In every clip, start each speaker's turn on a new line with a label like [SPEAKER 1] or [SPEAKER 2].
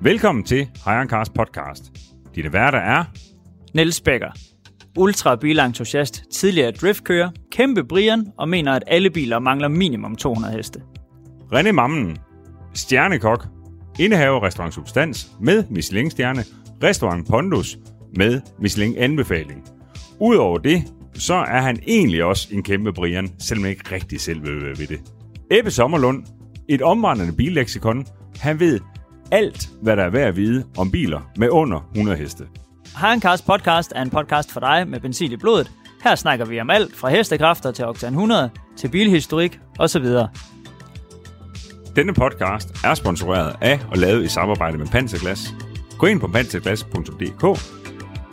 [SPEAKER 1] Velkommen til Cars podcast. Dine værter er...
[SPEAKER 2] Niels Becker. Ultra bilentusiast, tidligere driftkører, kæmpe Brian og mener, at alle biler mangler minimum 200 heste.
[SPEAKER 1] René Mammen, stjernekok, indehaver restaurant Substans med Michelin-stjerne, restaurant Pondus med Michelin-anbefaling. Udover det, så er han egentlig også en kæmpe Brian, selvom jeg ikke rigtig selv ved, hvad ved det. Ebbe Sommerlund, et omvandrende billeksikon, han ved alt, hvad der er værd at vide om biler med under 100 heste.
[SPEAKER 2] Haran Cars podcast er en podcast for dig med benzin i blodet. Her snakker vi om alt fra hestekræfter til Octane 100, til bilhistorik osv.
[SPEAKER 1] Denne podcast er sponsoreret af og lavet i samarbejde med Panserglas. Gå ind på panserglas.dk,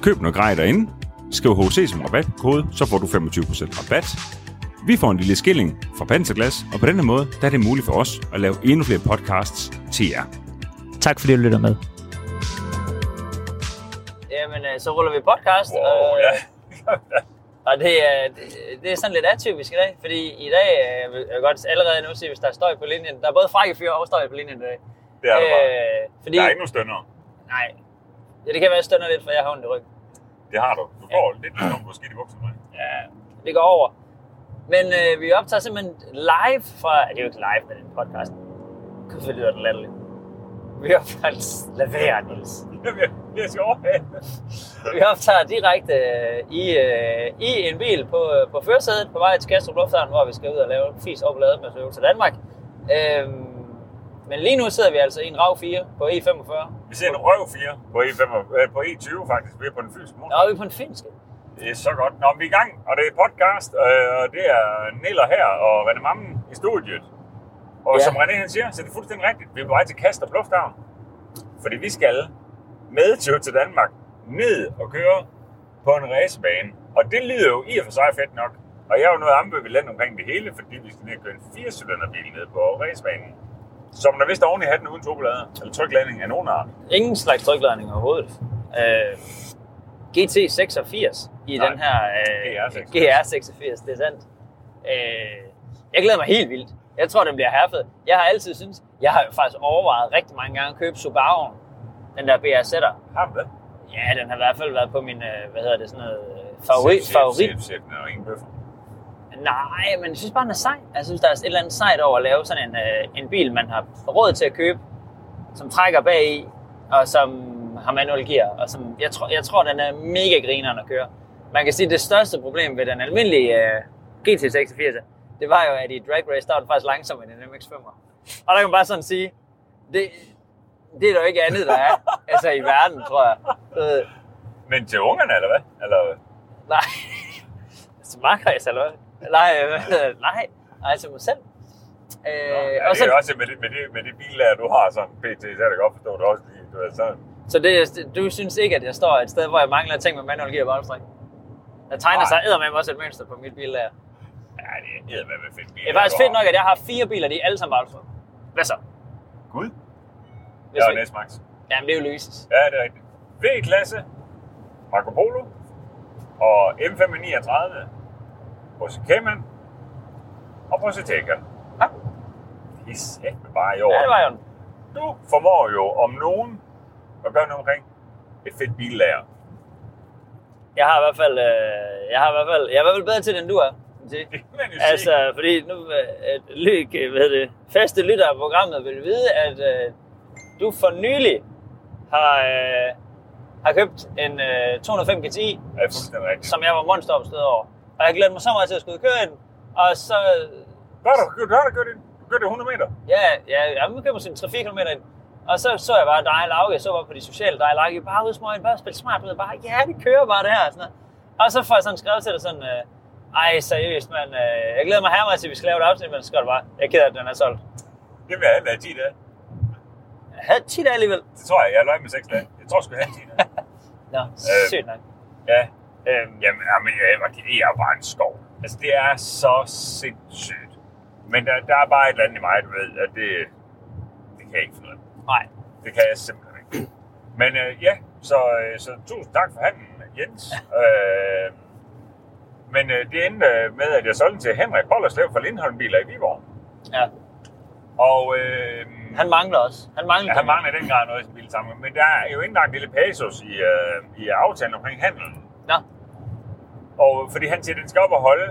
[SPEAKER 1] køb noget grej derinde, skriv HC som rabatkode, så får du 25% rabat. Vi får en lille skilling fra Panserglas, og på denne måde der er det muligt for os at lave endnu flere podcasts til jer.
[SPEAKER 2] Tak fordi du lytter med. Jamen, øh, så ruller vi podcast. Wow, og, øh, og det, er, det- det er sådan lidt atypisk i dag, fordi i dag, øh, jeg vil jeg vil godt allerede nu sige, hvis der er støj på linjen, der er både frække fyre og støj på linjen i dag.
[SPEAKER 1] Det er der bare.
[SPEAKER 2] Øh, fordi,
[SPEAKER 1] nogen stønder.
[SPEAKER 2] nej. Ja, det kan være, jeg stønder lidt, for jeg har ondt i ryggen.
[SPEAKER 1] Det har du. Du får lidt nogen på skidt i bukserne.
[SPEAKER 2] Ja, det går over. Men øh, vi optager simpelthen live fra... Det er jo ikke live, men en podcast. Gud, det lyder den latterligt. Vi optager... Lad være, Niels.
[SPEAKER 1] Jeg skal overhale.
[SPEAKER 2] Vi optager direkte øh, i, øh, i en bil på, øh, på førersædet på vej til Kastrup Lufthavn, hvor vi skal ud og lave en fis oplade med Toyota Danmark. Øhm, men lige nu sidder vi altså i en RAV 4 på E45.
[SPEAKER 1] Vi ser en røv 4 på, E5, øh, på E20 faktisk. Vi er på den fynske motor.
[SPEAKER 2] Nå, vi er på en finsk.
[SPEAKER 1] Det er så godt. Nå, men vi er i gang, og det er podcast, øh, og det er Neller her og René Mammen i studiet. Og ja.
[SPEAKER 2] Ja.
[SPEAKER 1] som René han siger, så er det fuldstændig rigtigt. Vi er på vej til Kastrup Lufthavn, fordi vi skal med tog til Danmark ned og køre på en racebane. Og det lyder jo i og for sig fedt nok. Og jeg er jo noget ambivalent omkring det hele, fordi vi skal ned og køre en 4 bil ned på racebanen. Som der vist oven i hatten uden turbolader, eller trykladning af nogen art.
[SPEAKER 2] Ingen slags trykladning overhovedet. Øh, GT 86 i
[SPEAKER 1] Nej,
[SPEAKER 2] den her øh,
[SPEAKER 1] GR 86.
[SPEAKER 2] GR 86, det er sandt. Øh, jeg glæder mig helt vildt. Jeg tror, den bliver herfed. Jeg har altid synes, jeg har jo faktisk overvejet rigtig mange gange at købe Subaru, den der BRZ'er.
[SPEAKER 1] Har du det?
[SPEAKER 2] Ja, den har i hvert fald været på min, øh, hvad hedder det, sådan noget øh, favorit.
[SPEAKER 1] Sæt, sæt,
[SPEAKER 2] favorit.
[SPEAKER 1] sæt, sæt, og ingen bøffer.
[SPEAKER 2] Nej, men jeg synes bare, den er sej. Jeg synes, der er et eller andet sejt over at lave sådan en, øh, en bil, man har råd til at købe, som trækker bag i, og som har manuel gear. Og som, jeg, tror, jeg tror, den er mega grineren at køre. Man kan sige, at det største problem ved den almindelige øh, GT86, det var jo, at i Drag Race, der var den faktisk langsommere end en MX-5. Og der kan man bare sådan sige, det, det er der jo ikke andet, der er altså i verden, tror jeg. Du ved,
[SPEAKER 1] Men til ungerne, eller hvad? Eller
[SPEAKER 2] Nej. Altså makræs, eller hvad? Nej, øh, nej. Nej, til mig selv. Øh,
[SPEAKER 1] Nå, ja,
[SPEAKER 2] og
[SPEAKER 1] det er
[SPEAKER 2] så,
[SPEAKER 1] også med det, med det, med det billager, du har sådan pt, så er det godt forstå, at det også lige, du er sådan.
[SPEAKER 2] så det, du synes ikke, at jeg står et sted, hvor jeg mangler ting med manuel gear og varmestræk? Der tegner
[SPEAKER 1] Nej.
[SPEAKER 2] sig eddermame også et mønster på mit bil der.
[SPEAKER 1] Ja, det er med med fedt billager.
[SPEAKER 2] Det er faktisk fedt nok, at jeg har fire biler, de er alle sammen varmestræk. Hvad så?
[SPEAKER 1] Gud,
[SPEAKER 2] Hvis
[SPEAKER 1] jeg
[SPEAKER 2] du
[SPEAKER 1] er
[SPEAKER 2] ikke-
[SPEAKER 1] næst max.
[SPEAKER 2] Jamen, det er jo lyses.
[SPEAKER 1] Ja, det er rigtigt. V-klasse, Marco Polo og M539, Porsche Cayman og Porsche Taycan.
[SPEAKER 2] Ja.
[SPEAKER 1] Det er sæt bare i år.
[SPEAKER 2] Ja, det var jo en.
[SPEAKER 1] Du formår jo om nogen at gøre noget omkring et fedt billager.
[SPEAKER 2] Jeg har i hvert fald, øh, jeg har i hvert fald, jeg er i hvert fald bedre til, det, end du er. kan man sige.
[SPEAKER 1] Det kan man jo sige.
[SPEAKER 2] Altså, fordi nu, øh, at ly- hvad hedder det, faste lyttere af programmet vil vide, at øh, du for nylig har, øh, har købt en øh, 205 GTI,
[SPEAKER 1] Ja, fuldstændig rigtigt.
[SPEAKER 2] som jeg var monsteropstød over. Og jeg glæder mig så meget til at skulle ud og køre i den. Og så,
[SPEAKER 1] Hvad har du, du har da kørt det? Du kørte det 100 meter.
[SPEAKER 2] ja, ja, jeg købte mig sådan 3 km ind. Og så så jeg bare dig og Lauke, jeg så bare på de sociale dig og Lauke, bare ud smøgen, bare spille smart, du ved, bare, ja, det kører bare det her, og sådan noget. Og så får jeg sådan skrevet til dig sådan, øh, ej, seriøst, mand, øh, jeg glæder mig her meget til, at vi skal lave et afsnit, men så skal du bare, jeg er ked af, at den er solgt.
[SPEAKER 1] Det vil jeg have 10 dage.
[SPEAKER 2] Jeg havde tit alligevel.
[SPEAKER 1] Det tror jeg, jeg løg med 6 dage. Jeg tror sgu, jeg havde 10 dage.
[SPEAKER 2] Nå,
[SPEAKER 1] Øh.
[SPEAKER 2] sygt nok.
[SPEAKER 1] ja. Øhm, jamen, jamen, ja, det er jo bare en skov. Altså, det er så sindssygt. Men der, der er bare et eller andet i mig, du ved, at det, det kan jeg ikke finde ud af.
[SPEAKER 2] Nej,
[SPEAKER 1] Det kan jeg simpelthen ikke. Men øh, ja, så, øh, så tusind tak for handen, Jens. øh, men øh, det endte øh, med, at jeg solgte den til Henrik Bollerslev fra Lindholm Biler i Viborg.
[SPEAKER 2] ja.
[SPEAKER 1] Og øh,
[SPEAKER 2] Han mangler også. Han mangler.
[SPEAKER 1] Ja, han mangler i den grad noget i sin bilsamling, men der er jo ikke engang en lille pasos i, øh, i aftalen omkring handelen.
[SPEAKER 2] Nå,
[SPEAKER 1] Og fordi han siger, at den skal op og holde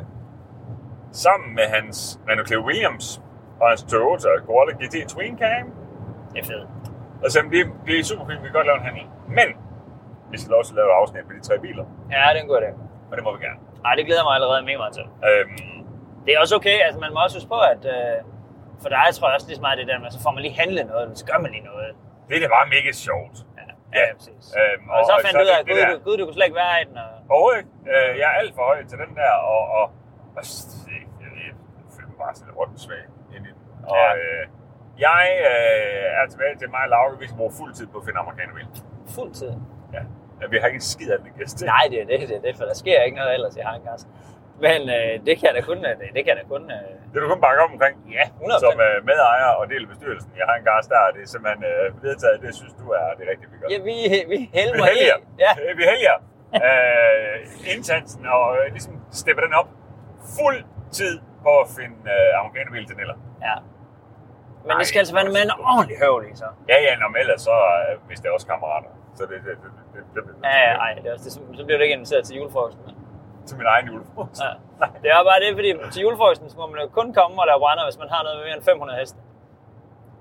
[SPEAKER 1] sammen med hans Renault Clear Williams og hans Toyota Corolla GT Twin Cam.
[SPEAKER 2] det er fedt.
[SPEAKER 1] Og så det, det er super fint, vi kan godt lave en handel. Men vi skal også lave et afsnit med de tre biler,
[SPEAKER 2] Ja, det er en god dag.
[SPEAKER 1] og det må vi gerne.
[SPEAKER 2] Ej, det glæder jeg mig allerede mega meget til.
[SPEAKER 1] Øhm,
[SPEAKER 2] Det er også okay, altså man må også huske på, at øh, for dig tror jeg også lige så meget det der med, så får man lige handlet noget, men så gør man lige noget.
[SPEAKER 1] det er da bare mega sjovt.
[SPEAKER 2] Ja,
[SPEAKER 1] Ja,
[SPEAKER 2] præcis.
[SPEAKER 1] øhm,
[SPEAKER 2] og, og, så fandt du ud
[SPEAKER 1] det-
[SPEAKER 2] af, at
[SPEAKER 1] det
[SPEAKER 2] gud,
[SPEAKER 1] der-
[SPEAKER 2] du, gud, du kunne slet ikke være i den. Og,
[SPEAKER 1] Overhovedet ikke. Øh, jeg er alt for høj til den der, og, og, og s- jeg, jeg, jeg føler mig bare sådan lidt svag ind i den. Og,
[SPEAKER 2] Ja.
[SPEAKER 1] øh, jeg øh, er tilbage til mig og Lauke, vi skal bruge fuld tid på at finde amerikanerbil.
[SPEAKER 2] fuld tid.
[SPEAKER 1] Ja. ja. vi har ikke en skid af den gæst.
[SPEAKER 2] Nej, det er det, det, er det for der sker ikke noget ellers i Hangars. Men øh, det kan jeg da kun, øh, det, det kan jeg da kun, øh,
[SPEAKER 1] Det er du kun bakke op omkring.
[SPEAKER 2] ja, 100
[SPEAKER 1] Som øh, medejer og del af bestyrelsen, jeg har en gas der, det er simpelthen øh, vedtaget, det synes du er det rigtige, vi gør.
[SPEAKER 2] Ja, vi, vi
[SPEAKER 1] vi
[SPEAKER 2] helmer
[SPEAKER 1] helger.
[SPEAKER 2] Ja,
[SPEAKER 1] Øh, Vi helger. øh, indsatsen og øh, ligesom stepper den op. Fuld tid på at finde øh, amerikanerbil til Niller.
[SPEAKER 2] ja. Men
[SPEAKER 1] Ej,
[SPEAKER 2] det skal altså være
[SPEAKER 1] hvor
[SPEAKER 2] med en
[SPEAKER 1] dumt.
[SPEAKER 2] ordentlig høvl i, så.
[SPEAKER 1] Ja, ja, når ellers så, øh, hvis det er også kammerater. Så det, det, det, det, det, det
[SPEAKER 2] Ja, ja, ej, det er også det, så så bliver du ikke inviteret til julefrokosten.
[SPEAKER 1] til min egen julefrokost.
[SPEAKER 2] Ja. Det er bare det, fordi til julefrokosten så må man jo kun komme og lave brænder, hvis man har noget med mere end 500 heste.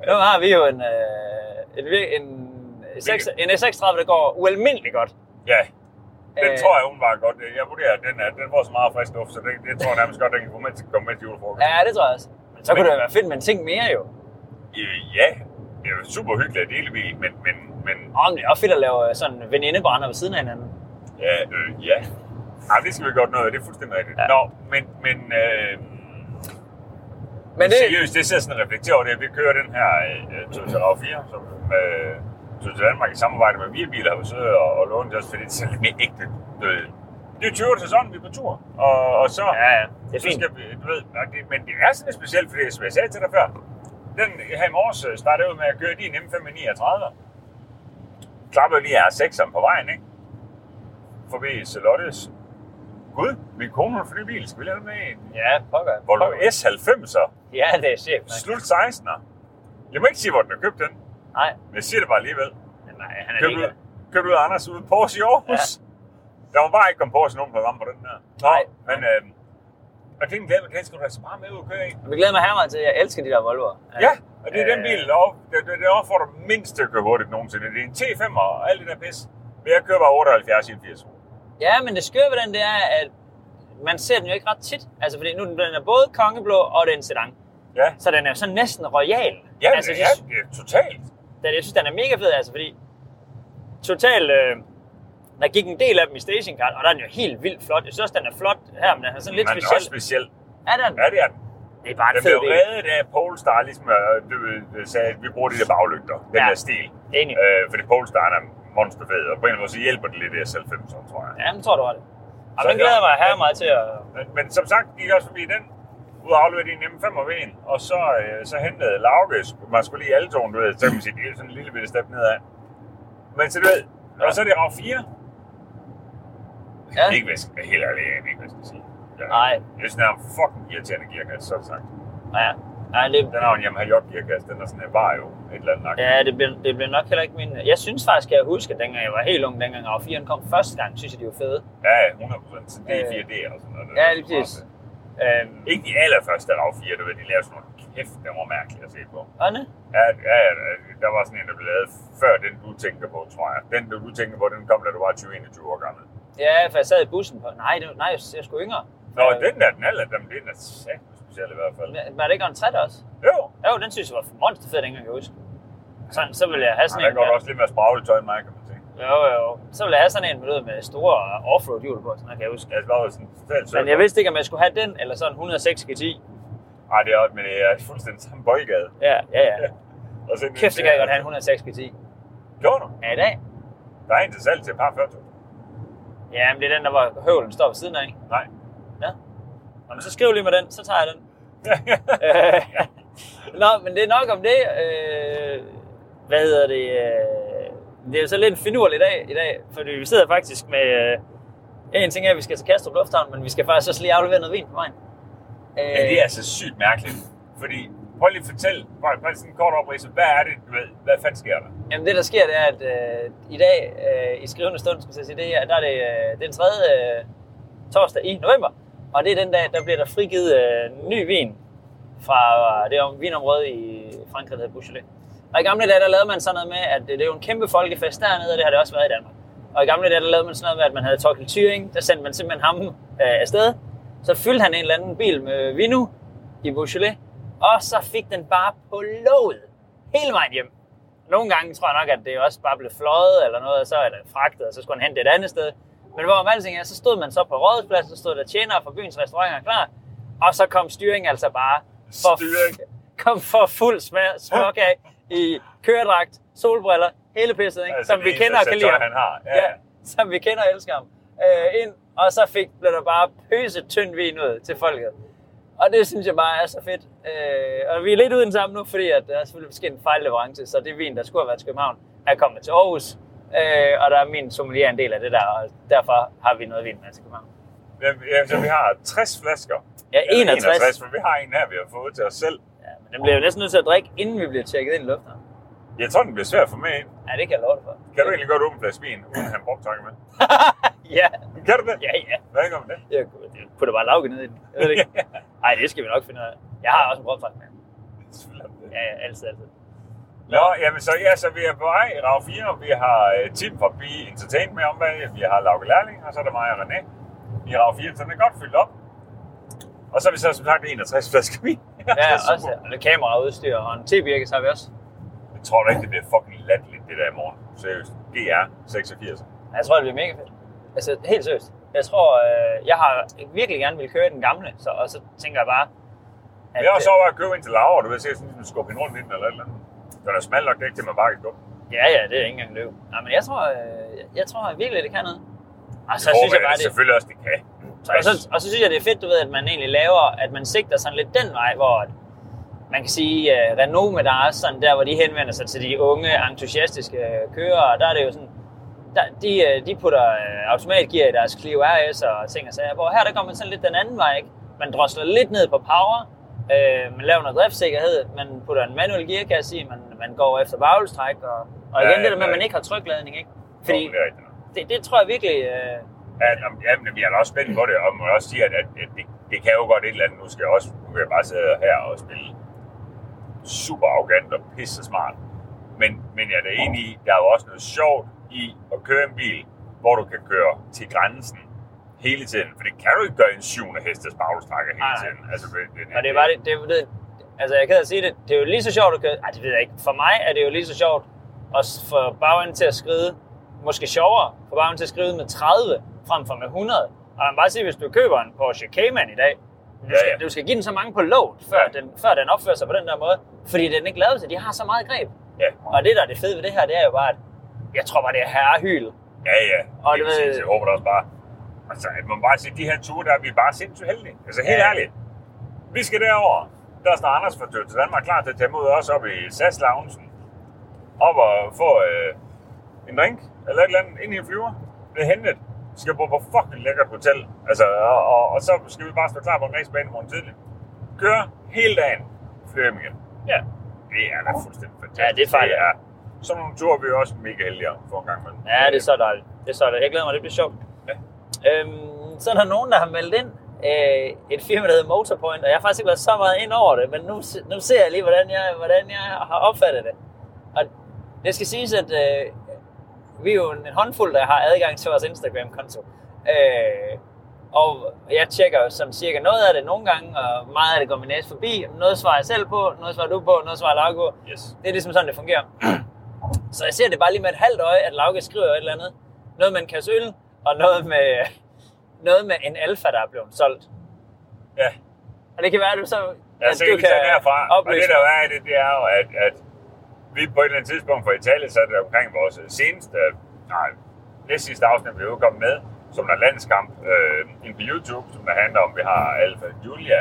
[SPEAKER 2] Nu har vi jo en, øh, et, vir- en, S6, en S36, der går ualmindeligt godt.
[SPEAKER 1] Ja, den
[SPEAKER 2] Øh.
[SPEAKER 1] tror jeg umiddelbart godt. Jeg vurderer, at den, er, den får så meget frisk luft, så det, det tror jeg nærmest godt, den kan komme med til, komme med til julefrokost.
[SPEAKER 2] Øh, Ja, det tror jeg også. Men så kunne det jo være fedt med en ting mere jo.
[SPEAKER 1] Øh, ja, det er jo super hyggeligt at dele bil, men, men, men
[SPEAKER 2] Åh, Ah, men det er også fedt at lave øh, sådan venindebrænder ved siden af hinanden.
[SPEAKER 1] ja, øh, ja. Ej, det skal vi godt noget af, det er fuldstændig rigtigt.
[SPEAKER 2] Ja.
[SPEAKER 1] Nå, men, men, øh,
[SPEAKER 2] Men det,
[SPEAKER 1] seriøst, det sidder sådan og reflekterer over det, at vi kører den her øh, Toyota RAV4, som øh, Toyota Danmark i samarbejde med Viabil har besøgt og, og lånt til os, fordi det er sådan lidt mere ægte. du ved. Det er 20 sæsonen, vi er på tur, og, og så...
[SPEAKER 2] Ja, ja, det er
[SPEAKER 1] Så
[SPEAKER 2] fint.
[SPEAKER 1] skal vi, du ved, og det, men det er sådan lidt specielt, fordi som jeg sagde til dig før, den her i morges øh, startede ud med at køre din M5 med 39. Klappede lige af 6 på vejen, ikke? Forbi Charlottes. Gud, min kone har en fly bil. Skal vi lave den med en
[SPEAKER 2] Ja, pokker.
[SPEAKER 1] Volvo
[SPEAKER 2] pokker.
[SPEAKER 1] S90'er?
[SPEAKER 2] Ja, det er chef. mand.
[SPEAKER 1] Slut 16'er. Jeg må ikke sige, hvor den er købt den,
[SPEAKER 2] Nej,
[SPEAKER 1] men jeg siger det bare alligevel.
[SPEAKER 2] men nej, han er
[SPEAKER 1] Købt ud,
[SPEAKER 2] ligeglad.
[SPEAKER 1] købt ud af Anders ude i Porsche i Aarhus. Ja. Der var bare ikke kommet Porsche nogen program på den der.
[SPEAKER 2] Nej.
[SPEAKER 1] Men øh, og den glæder den skal du altså bare med ud og køre i.
[SPEAKER 2] Vi glæder mig her meget til, jeg elsker de der Volvo'er.
[SPEAKER 1] Ja, og det er den
[SPEAKER 2] Øh,
[SPEAKER 1] bil, der, op- der, der, der opfordrer dig mindst til at køre hurtigt nogensinde. Det er en T5 og alt det der pis. Men jeg kører bare 78 i en 80.
[SPEAKER 2] Ja, men det skøre ved den, det er, at man ser den jo ikke ret tit. Altså, fordi nu den den er både kongeblå og den sedan.
[SPEAKER 1] Ja,
[SPEAKER 2] Så den er jo sådan næsten royal.
[SPEAKER 1] ja,
[SPEAKER 2] altså,
[SPEAKER 1] altså, ja,
[SPEAKER 2] Jeg, synes,
[SPEAKER 1] det er totalt.
[SPEAKER 2] den- jeg synes, den er mega fed, altså, fordi total... Øh, der gik en del af dem i stationcard, og der er den jo helt vildt flot. Jeg synes også, den er flot her, men den er sådan lidt
[SPEAKER 1] Men den er
[SPEAKER 2] speciel.
[SPEAKER 1] også speciel.
[SPEAKER 2] Er den?
[SPEAKER 1] Ja, det er den.
[SPEAKER 2] Det er bare
[SPEAKER 1] Den
[SPEAKER 2] en
[SPEAKER 1] blev
[SPEAKER 2] fed bil.
[SPEAKER 1] reddet af at Polestar, ligesom øh, du ved, sagde, at vi bruger de der baglygter, den
[SPEAKER 2] Ja.
[SPEAKER 1] der stil.
[SPEAKER 2] Enig.
[SPEAKER 1] Øh, fordi Polestar er monsterfed, og på en eller anden måde så hjælper det lidt af selv 5, tror jeg.
[SPEAKER 2] Ja, men tror du har det. Og
[SPEAKER 1] Så
[SPEAKER 2] den glæder
[SPEAKER 1] ja.
[SPEAKER 2] jeg mig her meget til at...
[SPEAKER 1] Men, men som sagt gik jeg også forbi den, ud og afleverede din M5 og ven, og så, øh, så hentede Lauke, sk- man skulle lige alle tårn, du ved, så kan man sige, det er jo sådan en lille bitte step nedad. Men så du ved, og så er det RAV 4.
[SPEAKER 2] Ja.
[SPEAKER 1] Ja. Ikke hvad jeg skal, helt ærligt, jeg ved ikke hvad jeg skal sige. Ja.
[SPEAKER 2] Nej.
[SPEAKER 1] Jeg synes, den er en fucking irriterende gearkasse, så sagt.
[SPEAKER 2] Ja, ja det,
[SPEAKER 1] Den har jo en Yamaha J gearkasse, den er sådan en vario, et eller andet. Ja.
[SPEAKER 2] Ja, det blev, det blev nok heller ikke min... Jeg synes faktisk, at jeg husker, at dengang jeg var helt ung, dengang RAV4'en kom første gang, synes jeg, de var fede.
[SPEAKER 1] ja, 100%. Så det er
[SPEAKER 2] Øh.
[SPEAKER 1] 4D og sådan noget.
[SPEAKER 2] Ja, lige præcis. Øhm,
[SPEAKER 1] Ikke de allerførste RAV 4, du ved, de lavede sådan nogle kæft, der var mærkelige at se på.
[SPEAKER 2] Anne?
[SPEAKER 1] Ja, ja, ja, der var sådan en, der blev lavet før den, du tænker på, tror jeg. Den, du tænker på, den kom, da du var 20-21 år gammel.
[SPEAKER 2] Ja, for jeg sad i bussen på... Nej, det, nej jeg er sgu yngre.
[SPEAKER 1] Nå, den der, den alder, den, den er sat speciel i hvert fald.
[SPEAKER 2] Men Var det ikke en 3 også?
[SPEAKER 1] Jo,
[SPEAKER 2] Jo, den synes jeg var monsterfed, dengang jeg husker. Sådan, så ville jeg have
[SPEAKER 1] ja,
[SPEAKER 2] sådan
[SPEAKER 1] der
[SPEAKER 2] en...
[SPEAKER 1] går der også lidt mere spraglet tøj end mig, kan man sige.
[SPEAKER 2] Jo, jo. Så ville jeg have sådan en med, noget med store offroad hjul på, sådan noget, kan jeg huske.
[SPEAKER 1] Jeg var jo sådan totalt sød.
[SPEAKER 2] Men jeg vidste ikke, om jeg skulle have den, eller sådan 106 G10.
[SPEAKER 1] Ej, det er også, men det er fuldstændig samme boldgade.
[SPEAKER 2] Ja, ja, ja.
[SPEAKER 1] Og så,
[SPEAKER 2] Kæft, det kan jeg godt have en 106 G10.
[SPEAKER 1] Gjorde du?
[SPEAKER 2] Ja, i dag?
[SPEAKER 1] Der er en til salg til et par 40.000.
[SPEAKER 2] Ja, men det er den, der var høvlen står ved siden af, ikke?
[SPEAKER 1] Nej.
[SPEAKER 2] Ja. Jamen, så skriv lige med den, så tager jeg den. Øh, Nå, men det er nok om det. Øh, hvad hedder det? Øh, det er jo så lidt en finurlig dag i dag, fordi vi sidder faktisk med... Øh, en ting er, at vi skal til Kastrup Lufthavn, men vi skal faktisk også lige aflevere noget vin på vejen. Øh,
[SPEAKER 1] Men det er altså sygt mærkeligt, fordi prøv lige at fortælle, bare, bare sådan en kort oprids, hvad er det, du ved, hvad fanden sker der?
[SPEAKER 2] Jamen det, der sker, det er, at øh, i dag, øh, i skrivende stund, skulle jeg sige, det er, der er det øh, den 3. Øh, torsdag i november. Og det er den dag, der bliver der frigivet øh, ny vin fra det om, vinområde i Frankrig, der hedder Beaujolais. Og i gamle dage, der lavede man sådan noget med, at det er jo en kæmpe folkefest dernede, og det har det også været i Danmark. Og i gamle dage, der lavede man sådan noget med, at man havde Torkel Thyring, der sendte man simpelthen ham øh, afsted. Så fyldte han en eller anden bil med vino i Beaujolais, og så fik den bare på låget hele vejen hjem. Nogle gange tror jeg nok, at det også bare blev fløjet eller noget, og så er det fragtet, og så skulle han hente et andet sted. Men hvorom alting er, så stod man så på rådhuspladsen, så stod der tjenere fra byens restauranter klar, og så kom styring altså bare for,
[SPEAKER 1] Styring.
[SPEAKER 2] kom for fuld smag, smuk af i køredragt, solbriller, hele pisset, ikke?
[SPEAKER 1] Altså,
[SPEAKER 2] som
[SPEAKER 1] det
[SPEAKER 2] vi
[SPEAKER 1] eneste
[SPEAKER 2] kender og kan lide.
[SPEAKER 1] tøj,
[SPEAKER 2] ham.
[SPEAKER 1] han har. Ja,
[SPEAKER 2] Ja,
[SPEAKER 1] ja.
[SPEAKER 2] som vi kender og elsker ham. Øh, ind, og så fik, blev der bare pøset tynd vin ud til folket. Og det synes jeg bare er så fedt. Øh, og vi er lidt uden sammen nu, fordi at der er selvfølgelig sket en fejlleverance, så det vin, der skulle have været til København, er kommet til Aarhus. Øh, og der er min sommelier en del af det der, og derfor har vi noget vin med til København.
[SPEAKER 1] Jamen, jamen, så vi har 60 flasker.
[SPEAKER 2] Ja,
[SPEAKER 1] Eller
[SPEAKER 2] 61.
[SPEAKER 1] 61. men vi har en her, vi har fået til os selv.
[SPEAKER 2] Ja, men den bliver jo næsten nødt til at drikke, inden vi bliver tjekket ind i lufthavnen.
[SPEAKER 1] Jeg tror, den bliver svær at få med ind.
[SPEAKER 2] Ja, det kan jeg love dig for.
[SPEAKER 1] Kan du egentlig godt åbne en flaske vin, uden at have en brugtakke med?
[SPEAKER 2] ja,
[SPEAKER 1] Kan du det?
[SPEAKER 2] ja, ja.
[SPEAKER 1] Hvad gør man det?
[SPEAKER 2] Jeg putter bare lavke ned i den. Jeg ved det ikke. Ej, det skal vi nok finde ud af. Jeg har også en brødfang med. Ja, ja, altid, altid.
[SPEAKER 1] Nå, jamen så, ja, så vi er på vej. Rav 4, vi har uh, Tim fra Be Entertainment med om bag, vi har Lauke Lærling, og så er der mig og René i Rav 4, så den er godt fyldt op. Og så er vi så som sagt 61 flasker vin.
[SPEAKER 2] Ja,
[SPEAKER 1] Det er super.
[SPEAKER 2] også ja. Og det kameraudstyr og en tv så har vi også.
[SPEAKER 1] Jeg tror da ikke, det bliver fucking latterligt, det der i morgen. Seriøst. GR 86.
[SPEAKER 2] Jeg tror, det bliver mega fedt. Altså, helt seriøst. Jeg tror, øh, jeg har virkelig gerne vil køre i den gamle, så, og så tænker jeg bare... øh,
[SPEAKER 1] Jeg har også overvejet at købe ind til Laura, du ved sikkert, sådan, at skubbe hende rundt ind eller et eller andet. Den er smal nok, det er ikke til, at man bare kan skubbe.
[SPEAKER 2] Ja, ja, det er ikke engang løb. Nej, men jeg tror, øh, jeg, jeg tror virkelig, det kan noget. Og så
[SPEAKER 1] Håber
[SPEAKER 2] synes jeg bare, det,
[SPEAKER 1] Selvfølgelig også, det kan.
[SPEAKER 2] Og så, og så synes jeg, det er fedt, du ved, at man egentlig laver, at man sigter sådan lidt den vej, hvor at man kan sige, uh, Renault med deres, sådan der, hvor de henvender sig til de unge, entusiastiske øh, kørere, der er det jo sådan, der, de, øh, de putter øh, automatgear i deres Clio RS og ting og sager, hvor her der går man sådan lidt den anden vej, ikke? Man drosler lidt ned på power, øh, man laver noget driftsikkerhed, man putter en manuel gearkasse i, man, man går efter bagelstræk, og, og igen
[SPEAKER 1] Ja,
[SPEAKER 2] ja, det der med, at
[SPEAKER 1] ja.
[SPEAKER 2] man ikke har trykladning, ikke?
[SPEAKER 1] Fordi...
[SPEAKER 2] Fordi det, det tror jeg virkelig, øh,
[SPEAKER 1] Ja, nå, jamen, vi er da også spændt på det, og må også sige, at, at, at det, det, kan jo godt et eller andet. Nu skal jeg også nu kan jeg bare sidde her og spille super arrogant og pisse smart. Men, men jeg er da enig i, der er jo også noget sjovt i at køre en bil, hvor du kan køre til grænsen hele tiden. For det kan du ikke gøre i en 700 hestes baglstrækker hele
[SPEAKER 2] Nej, nej.
[SPEAKER 1] tiden. Altså, det, det,
[SPEAKER 2] Og det er bare det, det, det altså jeg kan at sige det, det er jo lige så sjovt at køre, ej det ved jeg ikke, for mig er det jo lige så sjovt at s- få bagenden til at skride, måske sjovere, få bagenden til at skride med 30 frem for med 100. Og man kan bare sige, hvis du køber en Porsche Cayman i dag, du
[SPEAKER 1] Ja,
[SPEAKER 2] skal,
[SPEAKER 1] ja.
[SPEAKER 2] du skal give den så mange på låt, før,
[SPEAKER 1] Ja.
[SPEAKER 2] den, før den opfører sig på den der måde, fordi den er ikke lavet til, de har så meget greb.
[SPEAKER 1] Ja,
[SPEAKER 2] Og det der er det fede ved det her, det er jo bare, at jeg tror bare det er herrehyl.
[SPEAKER 1] ja, ja.
[SPEAKER 2] Og
[SPEAKER 1] Og det,
[SPEAKER 2] du ved-
[SPEAKER 1] det, jeg håber da også bare. Altså, at man bare siger, de her ture, der er vi bare sindssygt heldige. Altså, helt
[SPEAKER 2] Ja.
[SPEAKER 1] ja. ærligt. Vi skal derover. Der står Anders fra Tøt til Danmark klar til at tage imod os op i SAS Loungen. Op og få øh, en drink eller et eller andet ind i en flyver. Det er hentet. Vi skal bo på fucking lækkert hotel. Altså, og, og, og, så skal vi bare stå klar på en racerbane i morgen tidlig. Køre hele dagen. Flyve hjem igen.
[SPEAKER 2] Ja.
[SPEAKER 1] Det er da fuldstændig fantastisk.
[SPEAKER 2] Ja, det er fejl.
[SPEAKER 1] Det er- Sådan nogle ture er vi også mega heldige om for en gang imellem.
[SPEAKER 2] Ja, det er så dejligt. Det er så dejligt. Jeg glæder mig, det bliver sjovt.
[SPEAKER 1] Ja.
[SPEAKER 2] Øhm, så er der nogen, der har meldt ind øh, et firma, der hedder Motorpoint, og jeg har faktisk ikke været så meget ind over det, men nu, se- nu ser jeg lige, hvordan jeg, hvordan jeg har opfattet det. Og det skal siges, at øh, vi er jo en håndfuld, der har adgang til vores Instagram-konto. Øh, og jeg tjekker jo som cirka noget af det nogle gange, og meget af det går min næse forbi. Noget svarer jeg selv på, noget svarer du på, noget svarer Laura på.
[SPEAKER 1] Yes.
[SPEAKER 2] Det er ligesom sådan, det fungerer. Så jeg ser det bare lige med et halvt øje, at Lauke skriver et eller andet. Noget med en kasse øl, og noget med, noget med en alfa, der er blevet solgt.
[SPEAKER 1] Ja,
[SPEAKER 2] Og det kan være, at du så...
[SPEAKER 1] Ja,
[SPEAKER 2] at
[SPEAKER 1] så kan vi tage Altså, derfra. Og det der jo er i det, det er jo, at, at vi på et eller andet tidspunkt fra Italien satte omkring vores seneste, nej, næst sidste afsnit, vi udkom med, som er landskamp, øh, en på YouTube, som der handler om, vi har Alfa Julia,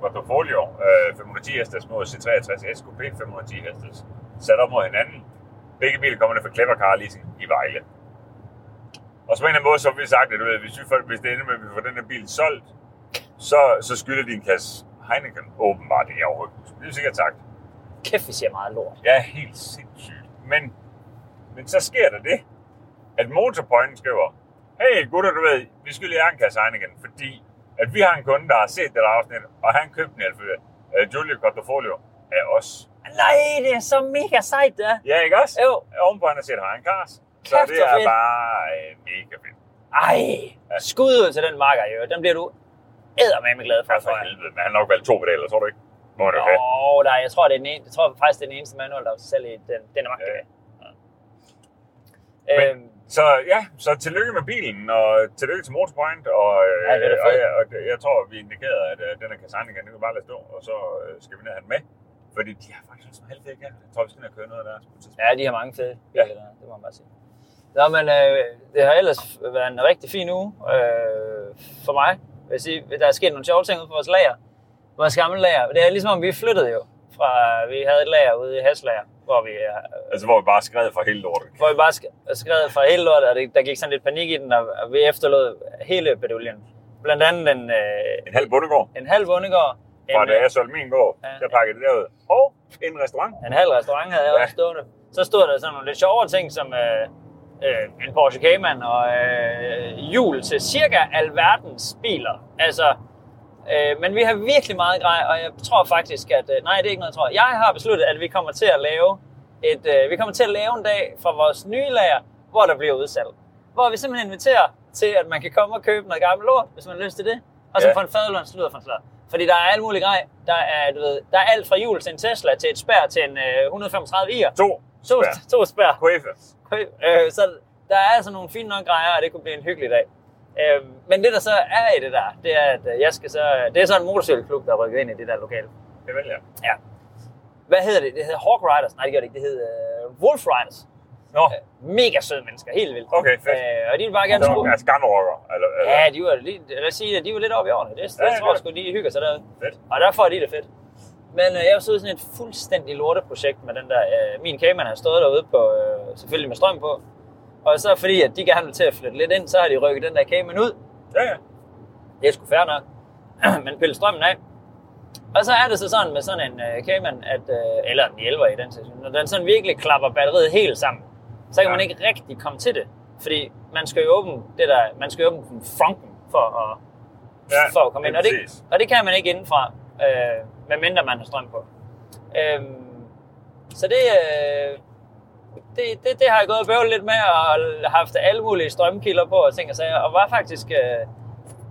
[SPEAKER 1] Quattrofolio, øh, 510 hestes mod C63 SQP 510 hestes, sat op mod hinanden. Begge biler kommer fra Clever Car Leasing i Vejle. Og så på en eller anden måde, så har vi sagt, at du ved, hvis, vi får, hvis det ender med, at vi får den her bil solgt, så, så skylder de en kasse Heineken åbenbart er overrykket. Det er sikkert sagt.
[SPEAKER 2] Kæft, vi siger meget lort.
[SPEAKER 1] Ja, helt sindssygt. Men, men så sker der det, at Motorpointen skriver, hey gutter, du ved, vi skylder jer en kasse Heineken, fordi at vi har en kunde, der har set det der afsnit, og han købte den i Alfa, uh, Giulio Cortofolio, af os.
[SPEAKER 2] Nej, det er så mega sejt, det er.
[SPEAKER 1] Ja, ikke også?
[SPEAKER 2] Jo.
[SPEAKER 1] Ovenpå han har set Ryan Cars. Så
[SPEAKER 2] Kæft,
[SPEAKER 1] det
[SPEAKER 2] hvor
[SPEAKER 1] er
[SPEAKER 2] fedt.
[SPEAKER 1] bare øh, mega fedt.
[SPEAKER 2] Ej, skud ud til den marker, jo. Den bliver du eddermame glad for.
[SPEAKER 1] Altså, for helvede, men han har nok valgt to pedaler, tror du ikke? Må han jo have.
[SPEAKER 2] Åh, nej, jeg tror, det er den ene, jeg tror faktisk, det er den eneste manual, der er selv i den, den er magt.
[SPEAKER 1] Ja.
[SPEAKER 2] Ja.
[SPEAKER 1] Men-
[SPEAKER 2] Øhm,
[SPEAKER 1] Så ja, så tillykke med bilen, og tillykke til Motorpoint, og, øh,
[SPEAKER 2] Ja, det er da
[SPEAKER 1] og,
[SPEAKER 2] fedt.
[SPEAKER 1] ja, og det- jeg tror, vi indikerede, at øh, den her kassanding, den kan vi bare lade stå, og så øh, skal vi ned og have den med. Fordi de har faktisk også en halv ikke? Jeg tror, vi skal ned og køre noget af deres på et tidspunkt.
[SPEAKER 2] ja, de har mange fede biler, ja. det må man bare sige. Nå, men øh, det har ellers været en rigtig fin uge øh, for mig. Jeg vil sige, der er sket nogle sjove ting ude på vores lager. Vores gamle lager. Det er ligesom om, vi er flyttet jo. Fra, vi havde et lager ude i Haslager, hvor vi øh,
[SPEAKER 1] Altså, hvor vi bare skred for hele lortet.
[SPEAKER 2] hvor vi bare sk- skred fra hele lortet, og det, der gik sådan lidt panik i den, og, og vi efterlod hele beduljen. Blandt andet en, øh,
[SPEAKER 1] En halv bundegård,
[SPEAKER 2] en halv bondegård,
[SPEAKER 1] fra
[SPEAKER 2] en,
[SPEAKER 1] da jeg solgte min gård,
[SPEAKER 2] Ja.
[SPEAKER 1] der pakkede det derud. Og en restaurant.
[SPEAKER 2] øh, en halv restaurant havde jeg
[SPEAKER 1] Ja.
[SPEAKER 2] også stående. Så stod der sådan nogle lidt sjovere ting, som øh, øh, en Porsche Cayman og øh, hjul til cirka alverdens biler. Altså, øh, men vi har virkelig meget grej, og jeg tror faktisk, at... Øh, nej, det er ikke noget, jeg tror. Jeg har besluttet, at vi kommer til at lave et, øh, vi kommer til at lave en dag fra vores nye lager, hvor der bliver udsalg. Hvor vi simpelthen inviterer til, at man kan komme og købe noget gammelt lort, hvis man har lyst til det. Og så
[SPEAKER 1] Ja.
[SPEAKER 2] ja. få en fadelån sludder for en sludder. Fordi der er alt muligt grej. Der er, du ved, der er alt fra hjul til en Tesla, til et spær, til en øh, 135 i'er.
[SPEAKER 1] To.
[SPEAKER 2] To,
[SPEAKER 1] spær.
[SPEAKER 2] to spær.
[SPEAKER 1] Coefe.
[SPEAKER 2] Øh, så der er altså nogle fine nok grejer, og det kunne blive en hyggelig dag. Øh, men det, der så er i det der, det er, at øh, jeg skal så... Det er så en motorcykelklub, der rykker ind i det der lokale.
[SPEAKER 1] Det vælger jeg.
[SPEAKER 2] Ja. Hvad hedder det? Det hedder Hawk Riders. Nej, det gør det ikke. Det hedder øh, Wolf Riders.
[SPEAKER 1] Nå,
[SPEAKER 2] Øh, mega søde mennesker. Helt vildt.
[SPEAKER 1] Okay, fedt.
[SPEAKER 2] Øh, og de vil bare gerne
[SPEAKER 1] så
[SPEAKER 2] tro...
[SPEAKER 1] er skamrocker. Eller, eller,
[SPEAKER 2] Ja, de var lige, lad os sige, at de var lidt oppe i årene. Det, det
[SPEAKER 1] Ja, ja,
[SPEAKER 2] tror jeg
[SPEAKER 1] ja.
[SPEAKER 2] sgu, de hygger sig derude.
[SPEAKER 1] Fedt.
[SPEAKER 2] Og der får de det fedt. Men øh, jeg så sådan et fuldstændig lorteprojekt med den der... Øh, min Cayman har stået derude på, øh, selvfølgelig med strøm på. Og så fordi, at de gerne vil til at flytte lidt ind, så har de rykket den der Cayman ud.
[SPEAKER 1] ja, ja.
[SPEAKER 2] Det er sgu fair nok. Men pille strømmen af. Og så er det så sådan med sådan en øh, Cayman, at, øh, eller en 11 i den situation, når den sådan virkelig klapper batteriet helt sammen, så kan
[SPEAKER 1] Ja.
[SPEAKER 2] ja. man ikke rigtig komme til det. Fordi man skal jo åbne det der, man skal jo åbne frunken for at,
[SPEAKER 1] Ja,
[SPEAKER 2] ja, for at komme ind.
[SPEAKER 1] det er
[SPEAKER 2] Og det,
[SPEAKER 1] præcis.
[SPEAKER 2] og det kan man ikke indenfra, øh, medmindre man har strøm på. Øhm, så det, øh, det, det, det har jeg gået og bøvlet lidt med, og haft alle mulige strømkilder på og ting og sager, og var faktisk... Øh,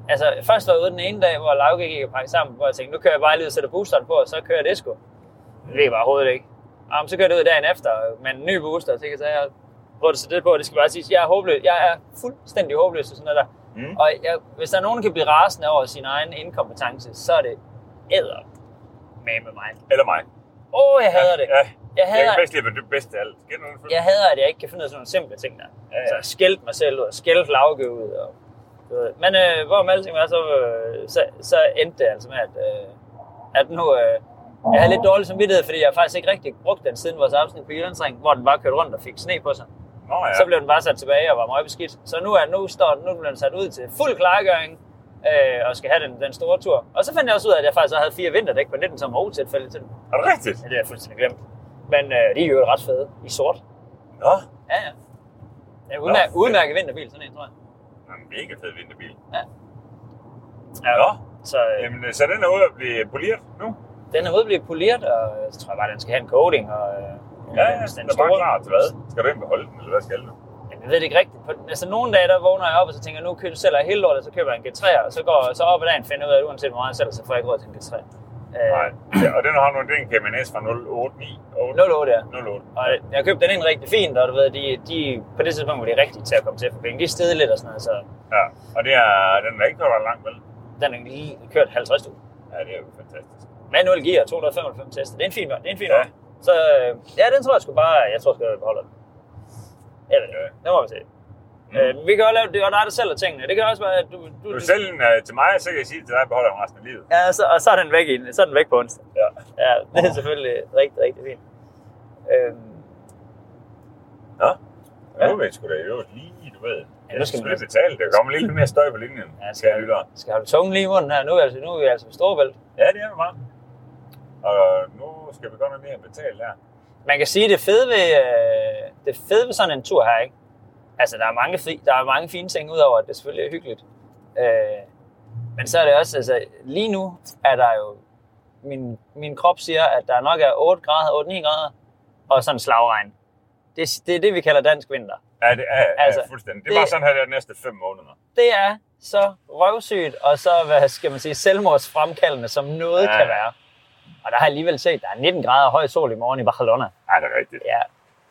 [SPEAKER 2] altså, først var jeg ude den ene dag, hvor Lauke gik og pakkede sammen, hvor jeg tænkte, nu kører jeg bare lige ud og sætter boosteren på, og så kører jeg det sgu. Det gik bare overhovedet ikke. Jamen, så kører det ud dagen efter, men en ny booster, og ting og sager, hvor det så det på, og det skal bare siges, jeg er håbløs. Jeg er fuldstændig håbløs til sådan noget der.
[SPEAKER 1] Mm.
[SPEAKER 2] Og jeg, hvis der er nogen, der kan blive rasende over sin egen inkompetence, så er det æder med mig.
[SPEAKER 1] Eller mig.
[SPEAKER 2] Åh, oh, jeg hader det.
[SPEAKER 1] Ja.
[SPEAKER 2] Jeg
[SPEAKER 1] Jeg
[SPEAKER 2] hader,
[SPEAKER 1] kan bedst lide at være det bedste af alt. Skal du det?
[SPEAKER 2] jeg hader, at jeg ikke kan finde ud af sådan nogle simple ting der.
[SPEAKER 1] Ja, ja.
[SPEAKER 2] Så jeg skældte mig selv ud, og skældte Lauke ud. Og, du ved. Men øh, hvor med alting var, så, øh, så, så endte det altså med, at, øh, at nu... Øh, jeg havde lidt dårlig samvittighed, fordi jeg faktisk ikke rigtig brugte den siden vores afsnit på Jyllandsring, hvor den bare kørte rundt og fik sne på sig.
[SPEAKER 1] Nå ja.
[SPEAKER 2] Ja. Så blev den bare sat tilbage og var meget beskidt. Så nu, er, nu, står, den- nu blev den sat ud til fuld klargøring øh, og skal have den, den store tur. Og så fandt jeg også ud af, at jeg faktisk havde fire vinterdæk på 19 som hovedtilfælde til den.
[SPEAKER 1] Er det rigtigt?
[SPEAKER 2] Ja, det er jeg fuldstændig glemt. Men øh, de er jo ret fede i sort.
[SPEAKER 1] Nå.
[SPEAKER 2] Ja, ja. Det er en udmærket,
[SPEAKER 1] fedt.
[SPEAKER 2] udmærket vinterbil, sådan en, tror jeg.
[SPEAKER 1] En mega fed vinterbil.
[SPEAKER 2] Ja,
[SPEAKER 1] Nå.
[SPEAKER 2] Så øh,
[SPEAKER 1] Jamen, øh, så den er ude at blive poleret nu?
[SPEAKER 2] den er ude at blive poleret, og jeg tror bare, den skal have en coating. Og, øh,
[SPEAKER 1] Ja, ja. Den er bare klar til hvad?
[SPEAKER 2] den-
[SPEAKER 1] Skal du ind og holde den, eller hvad skal du?
[SPEAKER 2] Jamen, jeg ved det ikke rigtigt. På, altså, nogle dage, der vågner jeg op, og så tænker jeg, nu køber selv hele lortet, så køber jeg en G3, og så går jeg så op ad dagen og finder ud af, at uanset hvor meget jeg sælger, så får jeg ikke råd til en G3. Øh,
[SPEAKER 1] Nej. Ja, og den har nu, det er en Cayman S fra 089.
[SPEAKER 2] 08, ja.
[SPEAKER 1] 08.
[SPEAKER 2] Og jeg købte den ind rigtig fint, og du ved, de, de, på det tidspunkt var de rigtig til at komme til at få penge. De steg lidt og sådan noget, så
[SPEAKER 1] Ja, og det er, den er ikke kørt ret langt, vel?
[SPEAKER 2] den er lige kørt 50 000.
[SPEAKER 1] Ja, det er jo fantastisk.
[SPEAKER 2] Manuel gear, 295 tester. Det er en fin, det er en fin
[SPEAKER 1] Ja.
[SPEAKER 2] ja. Så øh, ja, den tror jeg sgu bare, jeg tror sgu, jeg beholder den. Jeg ved det,
[SPEAKER 1] Ja.
[SPEAKER 2] det må vi se.
[SPEAKER 1] Mm.
[SPEAKER 2] Mm. Øh, vi kan også lave det, og der er det selv af tingene. Det kan også være, at du...
[SPEAKER 1] Du er selv en, øh, til mig, så kan jeg sige til dig, at beholder den resten af livet.
[SPEAKER 2] Ja, så, og så er den væk, i, så er den væk på onsdag.
[SPEAKER 1] Ja.
[SPEAKER 2] Ja, det er selvfølgelig rigtig, rigtig fint. Øhm,
[SPEAKER 1] Nå. Ja.
[SPEAKER 2] Ja.
[SPEAKER 1] Nu er vi sgu da i øvrigt lige, du ved. Ja,
[SPEAKER 2] nu
[SPEAKER 1] det
[SPEAKER 2] skal
[SPEAKER 1] skal
[SPEAKER 2] man-
[SPEAKER 1] man betale. Der kommer lige lidt mere støj på linjen.
[SPEAKER 2] Ja,
[SPEAKER 1] Ja,
[SPEAKER 2] skal-
[SPEAKER 1] skal jeg lytte
[SPEAKER 2] skal holde tungen lige i munden her. Nu er, altså, nu er vi altså på Storebælt.
[SPEAKER 1] Ja, det er vi meget. Og nu skal vi godt nok ned og betale der.
[SPEAKER 2] Man kan sige, det fede ved, øh, det fede ved sådan en tur her, ikke? Altså, der er mange, fri, der er mange fine ting, udover at det selvfølgelig er hyggeligt. Øh, men så er det også, altså, lige nu er der jo, min, min krop siger, at der nok er 8 grader, 8-9 grader, og sådan slagregn. Det, det er det, vi kalder dansk vinter.
[SPEAKER 1] Ja, det er, altså,
[SPEAKER 2] Altså,
[SPEAKER 1] er fuldstændig. Det,
[SPEAKER 2] det-
[SPEAKER 1] er bare sådan her de næste fem måneder.
[SPEAKER 2] Det er så røvsygt, og så, hvad skal man sige, selvmordsfremkaldende, som noget
[SPEAKER 1] Ja.
[SPEAKER 2] ja. kan være. Og der har jeg alligevel set, der er 19 grader høj sol i morgen i Barcelona.
[SPEAKER 1] Ja, det er rigtigt.
[SPEAKER 2] Ja,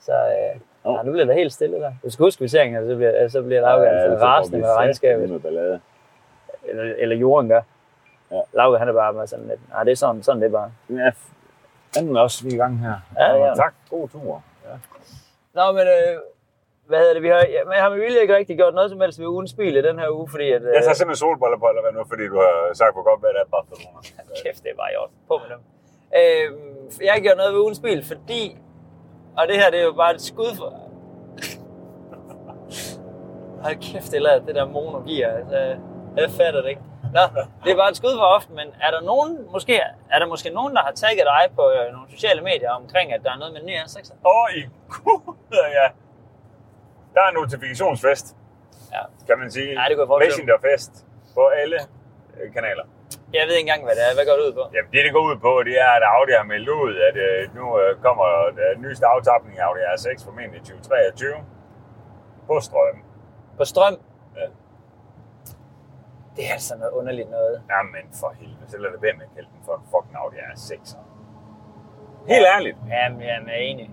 [SPEAKER 2] så øh,
[SPEAKER 3] Nå.
[SPEAKER 2] oh. nu bliver det helt stille der. Du skal huske, vi ser ikke, så bliver, så bliver Lauke ja, altså rasende med regnskabet.
[SPEAKER 3] Med ballade.
[SPEAKER 2] Eller, eller jorden gør.
[SPEAKER 3] Ja.
[SPEAKER 2] Ja. Lauke, han er bare med sådan lidt, nej, det er sådan, sådan det er bare.
[SPEAKER 3] Ja, anden er også lige i gang her.
[SPEAKER 2] Ja, ja.
[SPEAKER 3] Og Tak, god tur. Ja.
[SPEAKER 2] Nå, men øh, hvad hedder det, vi har, ja, men jeg har med vilje ikke rigtig gjort noget som helst ved ugens bil i den her uge, fordi at, øh,
[SPEAKER 1] Jeg tager simpelthen solbriller på, eller hvad nu, fordi du har sagt, hvor godt vejr det er i Barcelona.
[SPEAKER 2] kæft, det er bare i orden. På med dem. Øh, jeg har ikke gjort noget ved ugens bil, fordi, og det her, det er jo bare et skud for... Hold kæft, det er lavet, det der monogear. Altså, jeg fatter det ikke. Nå, det er bare et skud for ofte, men er der nogen, måske, er der måske nogen, der har tagget dig på øh, nogle sociale medier omkring, at der er noget med en ny R6'er?
[SPEAKER 1] Åh, i guder, ja. Der er en notifikationsfest,
[SPEAKER 2] Ja.
[SPEAKER 1] kan man sige.
[SPEAKER 2] Ja, det kunne jeg forestille mig.
[SPEAKER 1] Messengerfest på alle øh, kanaler.
[SPEAKER 2] Jeg ved ikke engang, hvad det er. Hvad går det ud på?
[SPEAKER 1] Jamen, det, det går ud på, det er, at Audi har meldt ud, at øh, nu øh, kommer den nyeste aftapning af Audi R6 formentlig i 2023 på strøm.
[SPEAKER 2] På strøm?
[SPEAKER 1] Ja.
[SPEAKER 2] Det er altså noget underligt noget.
[SPEAKER 1] Jamen, for helvede, så lad det være med at kalde den for en fucking Audi R6. Helt ærligt,
[SPEAKER 2] Jamen, jamen, jeg er enig.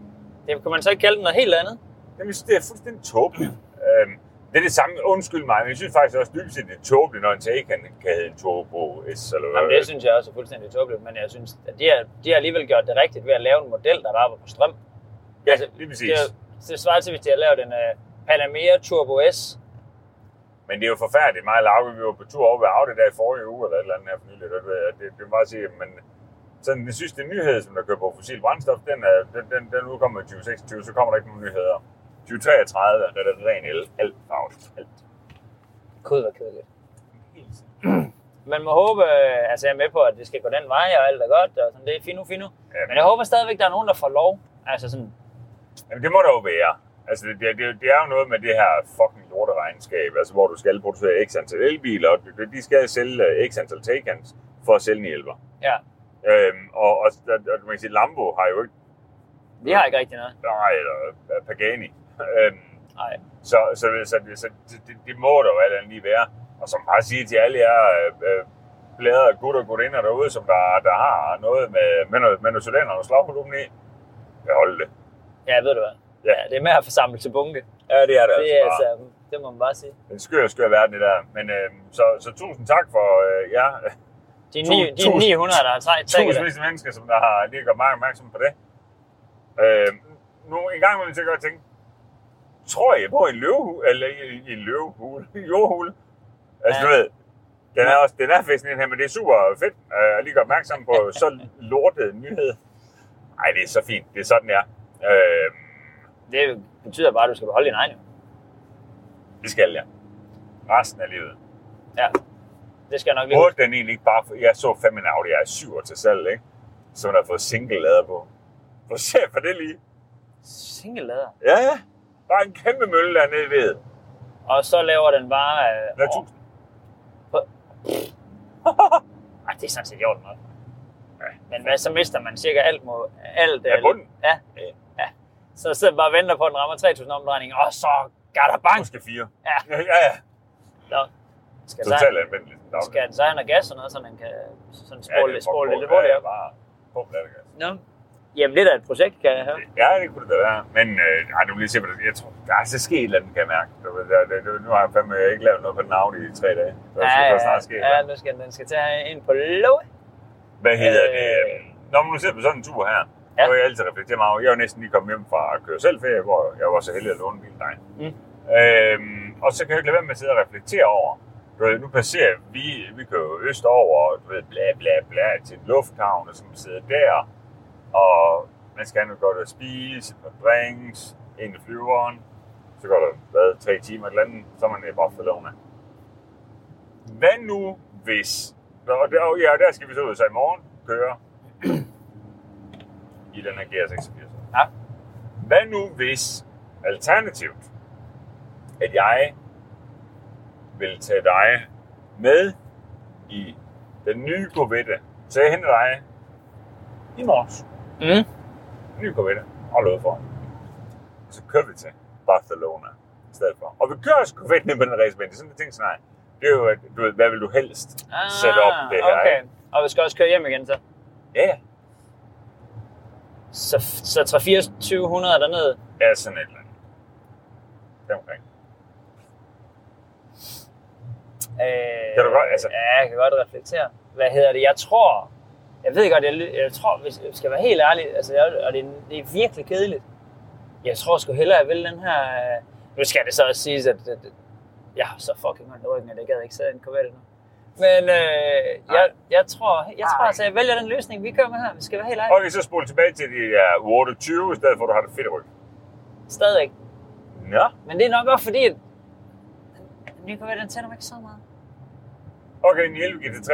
[SPEAKER 2] Det kunne man så ikke kalde den noget helt andet.
[SPEAKER 1] Jamen, jeg synes, det er fuldstændig tåbeligt. øhm, det er det samme, undskyld mig, men jeg synes faktisk også dybest set, det er tåbeligt, når en Taycan kan hedde en Turbo S. Eller
[SPEAKER 2] Jamen, det synes jeg også er fuldstændig tåbeligt, men jeg synes, at de har, de har alligevel gjort det rigtigt ved at lave en model, der bare var på strøm.
[SPEAKER 1] Ja, Altså, lige præcis.
[SPEAKER 2] altså, Det, er jo- det svarer til, hvis de havde lavet en uh, Panamera Turbo S.
[SPEAKER 1] Men det er jo forfærdeligt meget lavt. Vi var på tur over ved Audi der i forrige uge, eller et eller andet her for nylig. Det, det, det, det er bare at sige, men sådan, jeg synes, det er nyhed, som der kører på fossil brændstof, den, er, den, den, den udkommer i 2026, så kommer der ikke nogen nyheder. 2033, der er det ren el. Alt Audi. Alt.
[SPEAKER 2] Gud, hvor kedeligt. Man må håbe, øh, altså jeg er med på, at det skal gå den vej, og alt er godt, og sådan, det er fino, fino.
[SPEAKER 1] Ja.
[SPEAKER 2] Men jeg håber stadigvæk, der er nogen, der får lov. Altså sådan,
[SPEAKER 1] Jamen, det må der jo være. Altså, det, det, det, det er jo noget med det her fucking lorteregnskab, altså hvor du skal producere x antal elbiler, og de- de skal sælge øh, x antal Taycans for at sælge en hjælper.
[SPEAKER 2] ja,
[SPEAKER 1] Øhm, og, og, og, og, man kan sige, Lambo har jo ikke,
[SPEAKER 2] vi har ikke rigtig noget.
[SPEAKER 1] nej, eller øh, Pagani. Øhm,
[SPEAKER 2] Nej.
[SPEAKER 1] Så, så, så, så, så det, det, det må der jo alt andet lige være. Og som bare sige til alle jer øh, øh, bladre gutter og gutinder derude, som der, der har noget med, med noget, med noget sudaner og slagkolumn i, behold det.
[SPEAKER 2] Ja, ved du hvad?
[SPEAKER 1] Ja.
[SPEAKER 2] ja det er med at forsamle til bunke.
[SPEAKER 1] Ja, det er det,
[SPEAKER 2] Det, er altså, det må man bare sige.
[SPEAKER 1] En skør, skør verden, det der. Men øh, så, så tusind tak for øh, jer.
[SPEAKER 2] De,
[SPEAKER 1] Tu-
[SPEAKER 2] ni, de
[SPEAKER 1] tusind-
[SPEAKER 2] 900, der har træ- trækket det.
[SPEAKER 1] Tusindvis af mennesker, som der har lige gjort meget opmærksom på det. Øh, nu en gang imellem så kan jeg godt tænke, tror jeg på en løvehule, eller i, i en løvehule, en jordhule? Altså, ja.
[SPEAKER 2] Ja.
[SPEAKER 1] du ved, den er, også, den er faktisk lidt her, men det er super fedt øh, at lige gøre opmærksom på så lortet en nyhed. Ej, det er så fint. Det er sådan, jeg er. Øh,
[SPEAKER 2] Det betyder bare, at du skal beholde din egen. jo.
[SPEAKER 1] det skal jeg. Resten af livet.
[SPEAKER 2] Ja. Det skal jeg nok lige
[SPEAKER 1] Burde den egentlig ikke bare... få- Jeg så fandme en Audi R7 til salg, ikke? Som der har fået single lader på. Hvor ser for det lige?
[SPEAKER 2] Single lader.
[SPEAKER 1] Ja, ja. Der er en kæmpe mølle dernede ved.
[SPEAKER 2] Og så laver den bare... Øh,
[SPEAKER 1] Der er
[SPEAKER 2] over-
[SPEAKER 1] tusind.
[SPEAKER 2] Ej, ah, det er sådan set jorden nok.
[SPEAKER 1] Ja.
[SPEAKER 2] Men hvad, så mister man cirka alt mod alt. øh,
[SPEAKER 1] bunden?
[SPEAKER 2] Ja. ja. Så sidder man bare og venter på, at den rammer 3.000 omdrejninger, og så gør der bank.
[SPEAKER 1] Måske fire.
[SPEAKER 2] Ja.
[SPEAKER 1] Ja, ja. ja.
[SPEAKER 2] Nå. Skal, så,
[SPEAKER 1] Totalt anvendeligt. Der er jo-
[SPEAKER 2] skal den så have noget gas og noget, så man kan sådan
[SPEAKER 1] Ja, det er
[SPEAKER 2] spole, ja,
[SPEAKER 1] fucking
[SPEAKER 2] spole lidt
[SPEAKER 1] hårdt. Ja,
[SPEAKER 2] hurtigt op?
[SPEAKER 1] ja, bare på bladgas.
[SPEAKER 2] Nå. Jamen, det er da et projekt, kan jeg høre.
[SPEAKER 1] Ja, det kunne det da være. Men øh, ej, nu vil jeg se, hvad der Jeg tror, der er så sket et eller andet, kan jeg mærke. Du ved, der, der, der, nu har jeg fandme ikke lavet noget på den Audi i tre dage. Så ja, ja, snart ske. et eller
[SPEAKER 2] ja,
[SPEAKER 1] andet.
[SPEAKER 2] nu skal den- den skal tage ind på låge.
[SPEAKER 1] Hvad hedder
[SPEAKER 2] Øh.
[SPEAKER 1] det? øh, Når man nu sidder på sådan en tur her, ja.
[SPEAKER 2] Ja.
[SPEAKER 1] hvor jeg altid reflekterer meget over, jeg er jo næsten lige kommet hjem fra at køre selv ferie, hvor jeg var så heldig at låne en bil af dig.
[SPEAKER 2] Mm.
[SPEAKER 1] Øhm, og så kan jeg jo ikke lade være med at sidde og reflektere over, du ved, nu passerer vi, vi kører jo øst over, du ved, bla bla bla, til en lufthavn, og så man sidder der, og man skal have noget godt at spise, et par drinks, ind i flyveren, så går der hvad, tre timer et eller andet, så er man i Barcelona. Hvad nu, hvis Nå, og der, ja, der skal vi så ud, så i morgen køre i den her Gear 86.
[SPEAKER 2] Ja.
[SPEAKER 1] Hvad nu hvis alternativt, at jeg vil tage dig med i den nye Corvette, så jeg henter dig i morges.
[SPEAKER 2] Mm.
[SPEAKER 1] En ny Corvette og låde for. Og så kører vi til Barcelona i stedet for. Og vi kører også Corvette ned på den race, men det er sådan en ting, sådan Det er jo, at, du ved, hvad vil du helst ah, sætte op det her,
[SPEAKER 2] Okay.
[SPEAKER 1] ikke?
[SPEAKER 2] Og vi skal også køre hjem igen så.
[SPEAKER 1] Ja, ja.
[SPEAKER 2] Så, så 2400 dernede.
[SPEAKER 1] Ja, sådan et eller andet. Deromkring.
[SPEAKER 2] Øh,
[SPEAKER 1] Kan du godt- altså-
[SPEAKER 2] Ja, jeg kan godt reflektere. Hvad hedder det? Jeg tror... Jeg ved godt, jeg, ly- jeg tror, hvis jeg skal være helt ærlig, altså, jeg, og det, er- det er virkelig kedeligt. Jeg tror sgu hellere, jeg vil den her... øh, Nu skal det så også siges, at, at, at jeg har så fucking ondt i ryggen, at jeg gad ikke sidde i en Corvette nu. Men øh, jeg, jeg, tror, jeg tror
[SPEAKER 1] Ej.
[SPEAKER 2] altså, jeg vælger den løsning, vi kører med her. Vi skal være helt ærlige.
[SPEAKER 1] Okay, så spol tilbage til de der uh, 28, i stedet for at du har det fedt ryg.
[SPEAKER 2] Stadigvæk.
[SPEAKER 1] Nå.
[SPEAKER 2] Men det er nok også fordi, at den nye Corvette, den tænder mig ikke så meget.
[SPEAKER 1] Okay, en 11 GT3.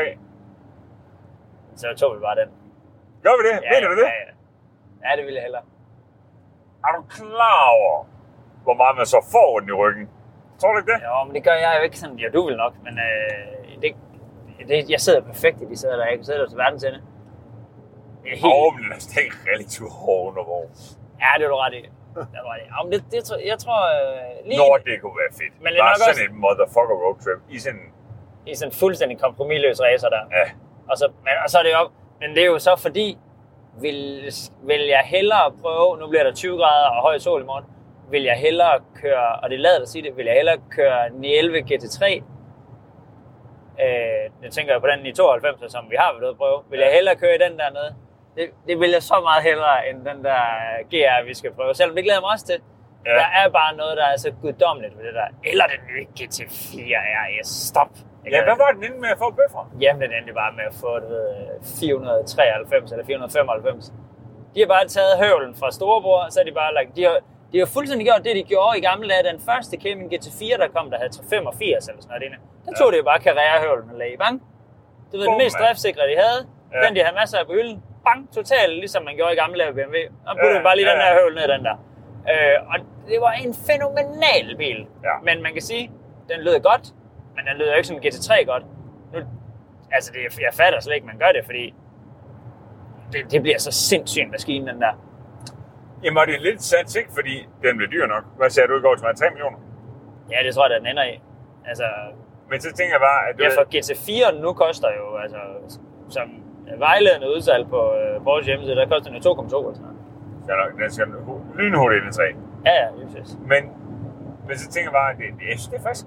[SPEAKER 2] Så tog vi bare den.
[SPEAKER 1] Gør vi det? Ja, Mener du det? Ja,
[SPEAKER 2] Ja, ja. ja, det ville jeg hellere.
[SPEAKER 1] Er du klar over, hvor meget man så får den i ryggen? Tror du ikke det?
[SPEAKER 2] Jo, men det gør jeg jo ikke sådan. Ja, du vil nok, men øh, det, det, jeg sidder perfekt i de sæder, der er. jeg kan sidde der til verdens ende. Det er
[SPEAKER 1] Åh,
[SPEAKER 2] helt,
[SPEAKER 1] men den er stadig relativt hård undervogn.
[SPEAKER 2] Ja, det er du ret i. Det er du ret i. Ja, men det, det, tror- jeg tror øh, lige
[SPEAKER 1] Når det kunne være fedt.
[SPEAKER 2] Men det er
[SPEAKER 1] Bare
[SPEAKER 2] nok
[SPEAKER 1] sådan
[SPEAKER 2] også-
[SPEAKER 1] et motherfucker road trip. I sådan...
[SPEAKER 2] i sådan en fuldstændig kompromilløs racer der.
[SPEAKER 1] Ja.
[SPEAKER 2] Og så, men, og så er det jo, men det er jo så fordi, vil, vil jeg hellere prøve, nu bliver der 20 grader og høj sol i morgen, vil jeg hellere køre, og det lader at sige det, vil jeg hellere køre E 911 GT3, øh, nu tænker jeg på den i 92, som vi har været ude at prøve, vil jeg hellere køre i den dernede? Det, det vil jeg så meget hellere end den der øh, GR, vi skal prøve, selvom det glæder jeg mig også til.
[SPEAKER 1] Ja.
[SPEAKER 2] Ja. Der er bare noget, der er så guddommeligt ved det der. Eller den nye GT4 RS. Stop. Jeg
[SPEAKER 1] Ja,
[SPEAKER 2] gad
[SPEAKER 1] hvad
[SPEAKER 2] ikke.
[SPEAKER 1] var den inde med at få bøffer?
[SPEAKER 2] Jamen, den endte bare med at få du ved, 493 eller 495. De har bare taget høvlen fra storebror, og så er de bare lagt... De har, de har fuldstændig gjort det, de gjorde i gamle dage. Den første Cayman GT4, der kom, der havde 85 eller sådan noget. inde. Der tog ja. de jo bare karrierehøvlen og lagde i bang. Det var
[SPEAKER 1] Bum,
[SPEAKER 2] den mest
[SPEAKER 1] mand.
[SPEAKER 2] driftsikre, de havde.
[SPEAKER 1] Ja.
[SPEAKER 2] Ja. Den, de havde masser af på hylden. Bang, totalt, ligesom man gjorde i gamle dage i BMW. Og
[SPEAKER 1] Ja,
[SPEAKER 2] puttede ja. bare lige den
[SPEAKER 1] ja.
[SPEAKER 2] der høvl ned i den der. Øh, og det var en fænomenal bil.
[SPEAKER 1] Ja.
[SPEAKER 2] Men man kan sige, den lød godt, men den lød jo ikke som en GT3 godt. Nu, altså, det, jeg fatter slet ikke, man gør det, fordi det, det bliver så sindssygt en maskine, den der.
[SPEAKER 1] Jamen, og det er lidt sats, ikke? Fordi den blev dyr nok. Hvad sagde du i går til mig? 3 millioner?
[SPEAKER 2] Ja, det tror jeg, da, den ender i. Altså,
[SPEAKER 1] Men så tænker jeg bare, at du
[SPEAKER 2] ja,
[SPEAKER 1] ved-
[SPEAKER 2] for GT4 nu koster jo, altså, som vejledende udsalg på øh, vores hjemmeside, der koster den jo 2,2 eller sådan noget.
[SPEAKER 1] Ja, nok, den skal hu- lynhurtigt ind i træ.
[SPEAKER 2] Ja, ja, lige præcis.
[SPEAKER 1] Men, men så tænker jeg bare, at det, det, jeg synes, det er frisk.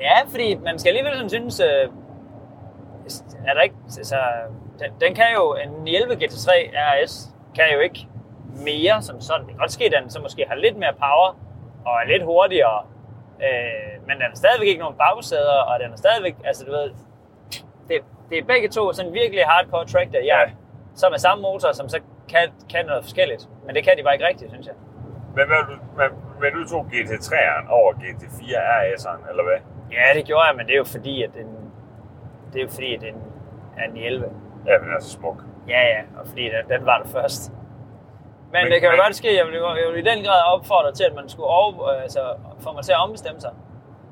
[SPEAKER 2] Ja, fordi man skal alligevel sådan synes, øh, er der ikke, altså, den, den kan jo, en E 11 GT3 RS kan jo ikke mere som sådan. Det kan godt ske, at den så måske har lidt mere power og er lidt hurtigere, øh, men den har stadigvæk ikke nogen bagsæder, og den er stadigvæk, altså du ved, det, det er begge to sådan virkelig hardcore track der, ja,
[SPEAKER 1] Ja.
[SPEAKER 2] som er samme motor, som så kan, kan noget forskelligt. Men det kan de bare ikke rigtigt, synes jeg.
[SPEAKER 1] Men, hvad, du, men, men du tog GT3'eren over GT4 RS'eren, eller hvad?
[SPEAKER 2] Ja, det gjorde jeg, men det er jo fordi, at den, det er jo fordi, at den er en E 11.
[SPEAKER 1] Ja, den er så smuk.
[SPEAKER 2] Ja, ja, og fordi den, den var der først. Men,
[SPEAKER 1] Men-
[SPEAKER 2] men det kan jo
[SPEAKER 1] men-
[SPEAKER 2] godt ske, jeg vil, jeg vil i den grad opfordre til, at man skulle over, øh, altså, få mig til at ombestemme sig.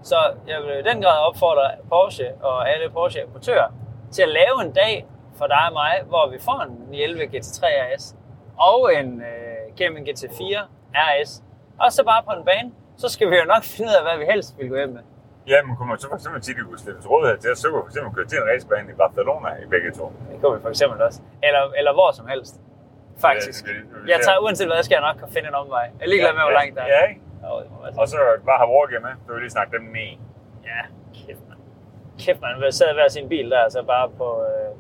[SPEAKER 2] Så jeg vil i den grad opfordre Porsche og alle Porsche-importører til at lave en dag for dig og mig, hvor vi får en 11 GT3 RS og en øh, Cayman GT4 RS, og så bare på en bane, så skal vi jo nok finde ud af, hvad vi helst vil gå hjem med.
[SPEAKER 1] Ja, men kunne man så for eksempel sige, at de kunne stille til rådighed til, at så kunne for eksempel køre til en racebane i Barcelona i begge to.
[SPEAKER 2] Det kunne vi for eksempel også. Eller, eller hvor som helst. Faktisk.
[SPEAKER 1] Ja, det- det- det-
[SPEAKER 2] Jeg tager uanset hvad, skal jeg nok kunne finde en omvej. Jeg er ligeglad med, hvor langt der er.
[SPEAKER 1] Ja, ikke?
[SPEAKER 2] Jo, det må være sådan.
[SPEAKER 1] Og så bare have Wargame med. Du vil lige snakke dem ned.
[SPEAKER 2] Ja, kæft man. Kæft man, vi sad hver sin bil der, altså bare på, øh,